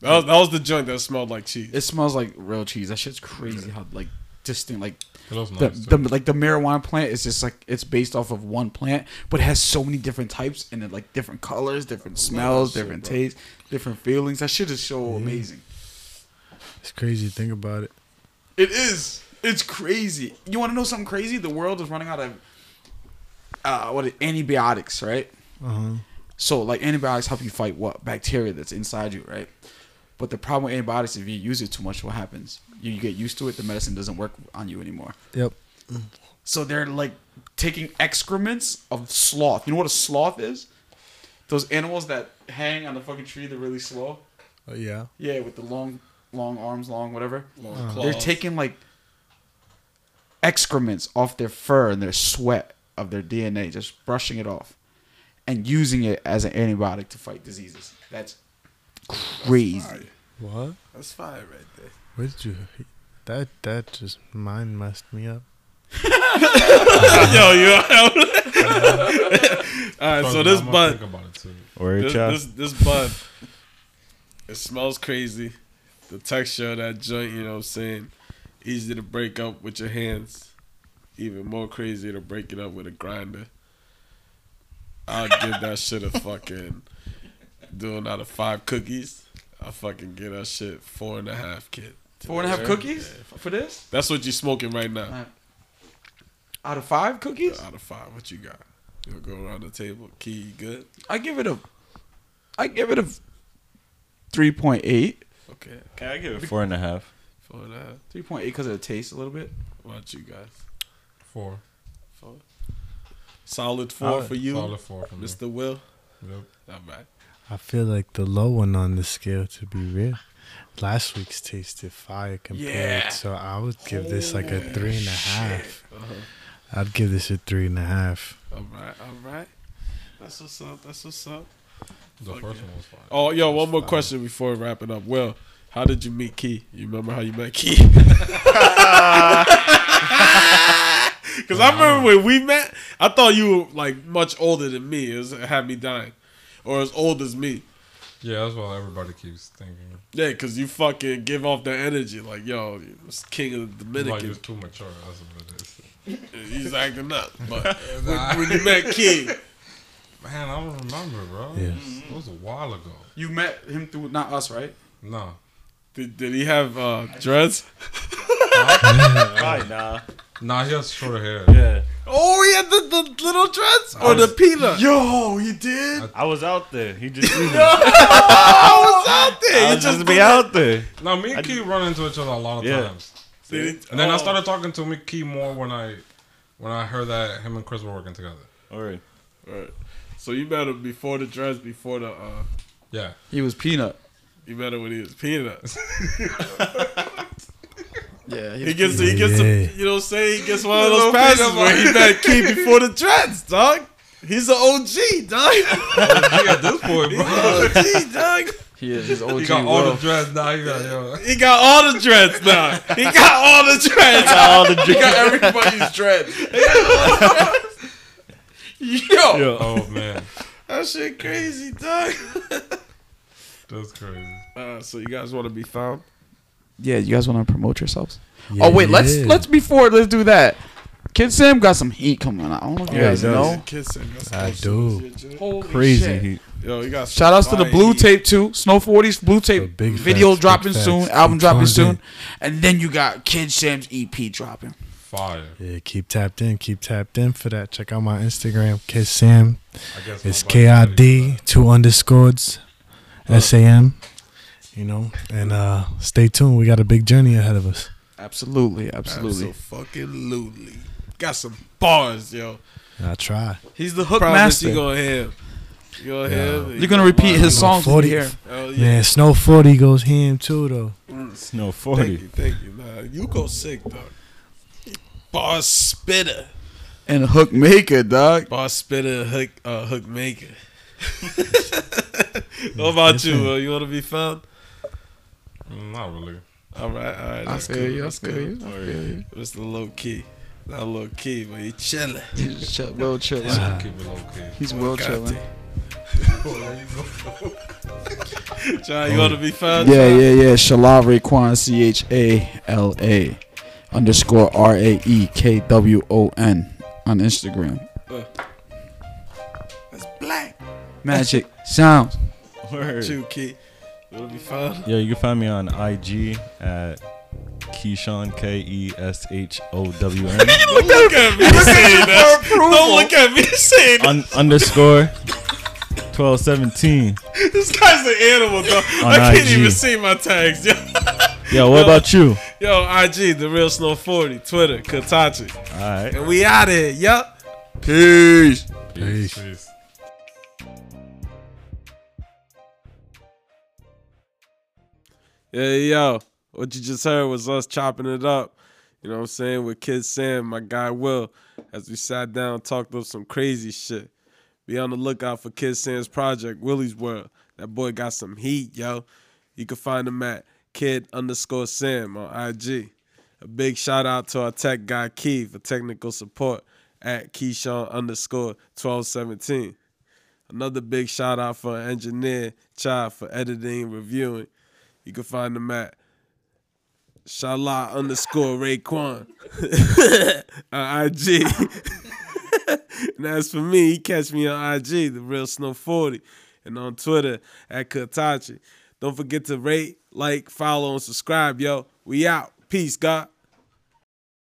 Speaker 1: That was, that was the joint that smelled like cheese.
Speaker 3: It smells like real cheese. That shit's crazy. How like distinct like
Speaker 4: It looks
Speaker 3: the,
Speaker 4: nice.
Speaker 3: the
Speaker 4: too.
Speaker 3: like the marijuana plant is just like it's based off of one plant, but it has so many different types and then like different colors,
Speaker 4: Oh,
Speaker 3: different smells, different tastes, different feelings. That shit is so amazing.
Speaker 5: It's crazy to think about it.
Speaker 3: It is. It's crazy. You want to know something crazy? The world is running out of uh what is- antibiotics, right?
Speaker 5: Uh-huh.
Speaker 3: So like antibiotics help you fight what bacteria that's inside you, right? But the problem with antibiotics, if you use it too much, what happens? You, you get used to it. The medicine doesn't work on you anymore.
Speaker 5: Yep.
Speaker 3: So they're like taking excrements of sloth. You know what a sloth is? Those animals that hang on the fucking tree. They're really slow.
Speaker 5: Oh, yeah.
Speaker 3: Yeah, with the long, long arms, long whatever.
Speaker 4: Long
Speaker 3: They're
Speaker 4: claws.
Speaker 3: taking like excrements off their fur and their sweat of their DNA, just brushing it off and using it as an antibiotic to fight diseases. That's crazy.
Speaker 5: What?
Speaker 1: That's fire right there.
Speaker 5: Where did you? That that just mind messed me up.
Speaker 1: Yo, you All right, so
Speaker 4: Fuck it,
Speaker 1: this
Speaker 4: I'ma
Speaker 1: bud,
Speaker 4: think about it too.
Speaker 2: Or
Speaker 1: this,
Speaker 2: a child?
Speaker 1: this this bud, it smells crazy. The texture of that joint, you know what I'm saying? Easy to break up with your hands. Even more crazy to break it up with a grinder. I'll give that shit a fucking doing out of five cookies. I fucking get that shit four and a half, kid.
Speaker 3: Four and a half cookies for this?
Speaker 1: That's what you smoking right now.
Speaker 3: Out of five cookies?
Speaker 1: Out of five, what you got? You'll go around the table. Key, you good?
Speaker 3: I give it a. I give it a. Three point eight.
Speaker 1: Okay.
Speaker 2: Okay, I give it four and a half.
Speaker 1: Four and a half.
Speaker 3: Three point eight because of the taste a little bit.
Speaker 1: What you guys?
Speaker 4: Four.
Speaker 1: Four. Solid four for you,
Speaker 4: Solid four for me.
Speaker 1: Mr. Will.
Speaker 4: Yep.
Speaker 1: All right.
Speaker 5: I feel like the low one on the scale. To be real, last week's tasted fire compared.
Speaker 3: Yeah.
Speaker 5: So I would give this like a three and a half.
Speaker 3: Uh-huh.
Speaker 5: I'd give this a three and a half.
Speaker 1: All right. All right. That's what's up. That's what's up.
Speaker 4: The first one was fine.
Speaker 1: Oh, yo, one more question before we wrap it up. Will, how did you meet Key? You remember how you met Key? Because I remember when we met, I thought you were like much older than me. It, was, it had me dying. Or as old as me.
Speaker 4: Yeah, that's what everybody keeps thinking.
Speaker 1: Yeah, because you fucking give off that energy. Like, yo, it's king of the
Speaker 4: Like
Speaker 1: Dominican.
Speaker 4: you're too mature. That's what it is.
Speaker 1: He's acting up. But when, when you met Key,
Speaker 4: Man, I don't remember, bro.
Speaker 5: Yeah.
Speaker 4: It was a while ago.
Speaker 3: You met him through not us, right?
Speaker 4: No.
Speaker 1: did, did he have uh, dreads?
Speaker 2: Probably nah.
Speaker 4: Nah, he has short hair.
Speaker 2: Yeah.
Speaker 1: Oh, he had the, the little dreads or the peanut.
Speaker 3: Yo, he did.
Speaker 2: I was out there. He just
Speaker 1: What's out there?
Speaker 2: I
Speaker 1: You
Speaker 2: was
Speaker 1: just
Speaker 2: just be out there.
Speaker 4: No, me and Key run into each other a lot of
Speaker 2: Yeah.
Speaker 4: times.
Speaker 1: did it.
Speaker 4: And
Speaker 3: Oh.
Speaker 4: then I started talking to me Key more when I when I heard that him and Chris were working together.
Speaker 2: All right.
Speaker 1: Alright. So you met him before the dreads, before the uh,
Speaker 4: Yeah.
Speaker 3: He was peanut.
Speaker 1: you met him when he was peanut.
Speaker 3: Yeah,
Speaker 1: He gets he gets some,
Speaker 5: Yeah.
Speaker 1: you know what I'm saying? He gets one of those
Speaker 4: Little
Speaker 1: passes
Speaker 4: peanut
Speaker 1: where he met Key before the dreads, dog. He's an OG, dog.
Speaker 4: He at this point, bro.
Speaker 1: OG, dog.
Speaker 3: He is. He's OG.
Speaker 4: He got all the
Speaker 3: world.
Speaker 4: dress now. He got yo.
Speaker 1: He got all the dreads now. He got all the dreads.
Speaker 2: All the drink.
Speaker 6: got everybody's dread.
Speaker 3: Yo.
Speaker 4: Oh man,
Speaker 1: That shit crazy, dog.
Speaker 4: that's crazy.
Speaker 1: Uh, so you guys want to be found?
Speaker 3: Yeah, you guys want to promote yourselves? oh wait, let's
Speaker 5: Yeah.
Speaker 3: let's before let's do that. Kid Sam got some heat coming out. I don't know if you
Speaker 2: Yeah, he
Speaker 3: guys
Speaker 2: does.
Speaker 3: know.
Speaker 1: Kissing. That's
Speaker 5: I
Speaker 1: close to
Speaker 5: do.
Speaker 1: this shit, Jay.
Speaker 3: Holy
Speaker 2: Crazy.
Speaker 3: shit.
Speaker 2: He,
Speaker 1: Yo, you got
Speaker 3: Shout outs to the
Speaker 1: fire
Speaker 3: Blue
Speaker 1: heat.
Speaker 3: Tape too. Snow 40s Blue
Speaker 5: Yo,
Speaker 3: Tape
Speaker 5: big
Speaker 3: video
Speaker 5: facts, big
Speaker 3: dropping
Speaker 5: facts.
Speaker 3: soon, album
Speaker 5: Keep
Speaker 3: dropping
Speaker 5: tuned in.
Speaker 3: soon, and then you got Kid Sam's EP dropping.
Speaker 4: Fire.
Speaker 5: Yeah, keep tapped in. Keep tapped in for that. Check out my Instagram, Kiss Sam.
Speaker 4: I guess
Speaker 5: It's
Speaker 4: my body-
Speaker 5: KID two underscores, S A M. You know, and uh, stay tuned. We got a big journey ahead of us.
Speaker 3: Absolutely, absolutely.
Speaker 1: Absolutely. Got some bars, yo.
Speaker 5: I try.
Speaker 3: He's the hook
Speaker 1: Promise
Speaker 3: master.
Speaker 1: you gonna hear. him. You gonna hear? him.
Speaker 3: You're gonna repeat his songs
Speaker 5: Forty-
Speaker 3: here.
Speaker 1: Oh yeah.
Speaker 5: Man, Snow Forty goes ham too though.
Speaker 2: Snow
Speaker 1: Thank
Speaker 2: 40.
Speaker 1: you, thank you. Nah, you go sick, dog. Bar spitter,
Speaker 3: And hook maker, dog.
Speaker 1: bar spitter, hook, uh, hook maker. what about you? Uh, you want to be found?
Speaker 4: Not really.
Speaker 1: All right, all right.
Speaker 3: I
Speaker 1: that's
Speaker 3: feel
Speaker 1: cool,
Speaker 3: you. I
Speaker 1: that's
Speaker 3: feel
Speaker 1: cool.
Speaker 3: you. I feel you.
Speaker 1: Mr. Low Key. Not Low Key, but he chilling.
Speaker 3: He's chill- well
Speaker 4: Just
Speaker 3: chilling.
Speaker 5: Yeah.
Speaker 4: keep it okay.
Speaker 3: He's well chilling.
Speaker 1: John, you want to be found?
Speaker 3: Yeah,
Speaker 1: John?
Speaker 3: yeah, yeah. Shala Raekwon, C H A L A underscore R A E K W O N on Instagram.
Speaker 1: That's black.
Speaker 3: Magic sounds.
Speaker 2: Word.
Speaker 1: Two Key. You want to be found?
Speaker 2: Yeah, you can find me on IG at Keyshawn K E S H O W N
Speaker 1: Don't look at me saying that. Don't look at me saying that.
Speaker 2: un- underscore twelve seventeen.
Speaker 1: This guy's an animal, dog.
Speaker 2: On
Speaker 1: I can't
Speaker 2: IG.
Speaker 1: even see my tags, yo.
Speaker 2: Yo, what about you?
Speaker 1: Yo, IG, The Real Snow 40, Twitter, Katachi.
Speaker 2: All right.
Speaker 1: And we out here, yup. Peace.
Speaker 4: Peace. Peace.
Speaker 1: Yeah, yo, what you just heard was us chopping it up. You know what I'm saying? With Kid Sam, my guy Will, as we sat down, talked up some crazy shit. Be on the lookout for Kid Sam's project, Willie's World. That boy got some heat, yo. You can find him at kid underscore Sam on IG. A big shout out to our tech guy Key for technical support at Keyshawn underscore 1217. Another big shout out for our engineer Chai for editing and reviewing. You can find them at Shala underscore Raekwon on IG. and as for me, you catch me on IG, The Real Snow 40, and on Twitter at Katachi. Don't forget to rate, like, follow, and subscribe, yo. We out. Peace, God.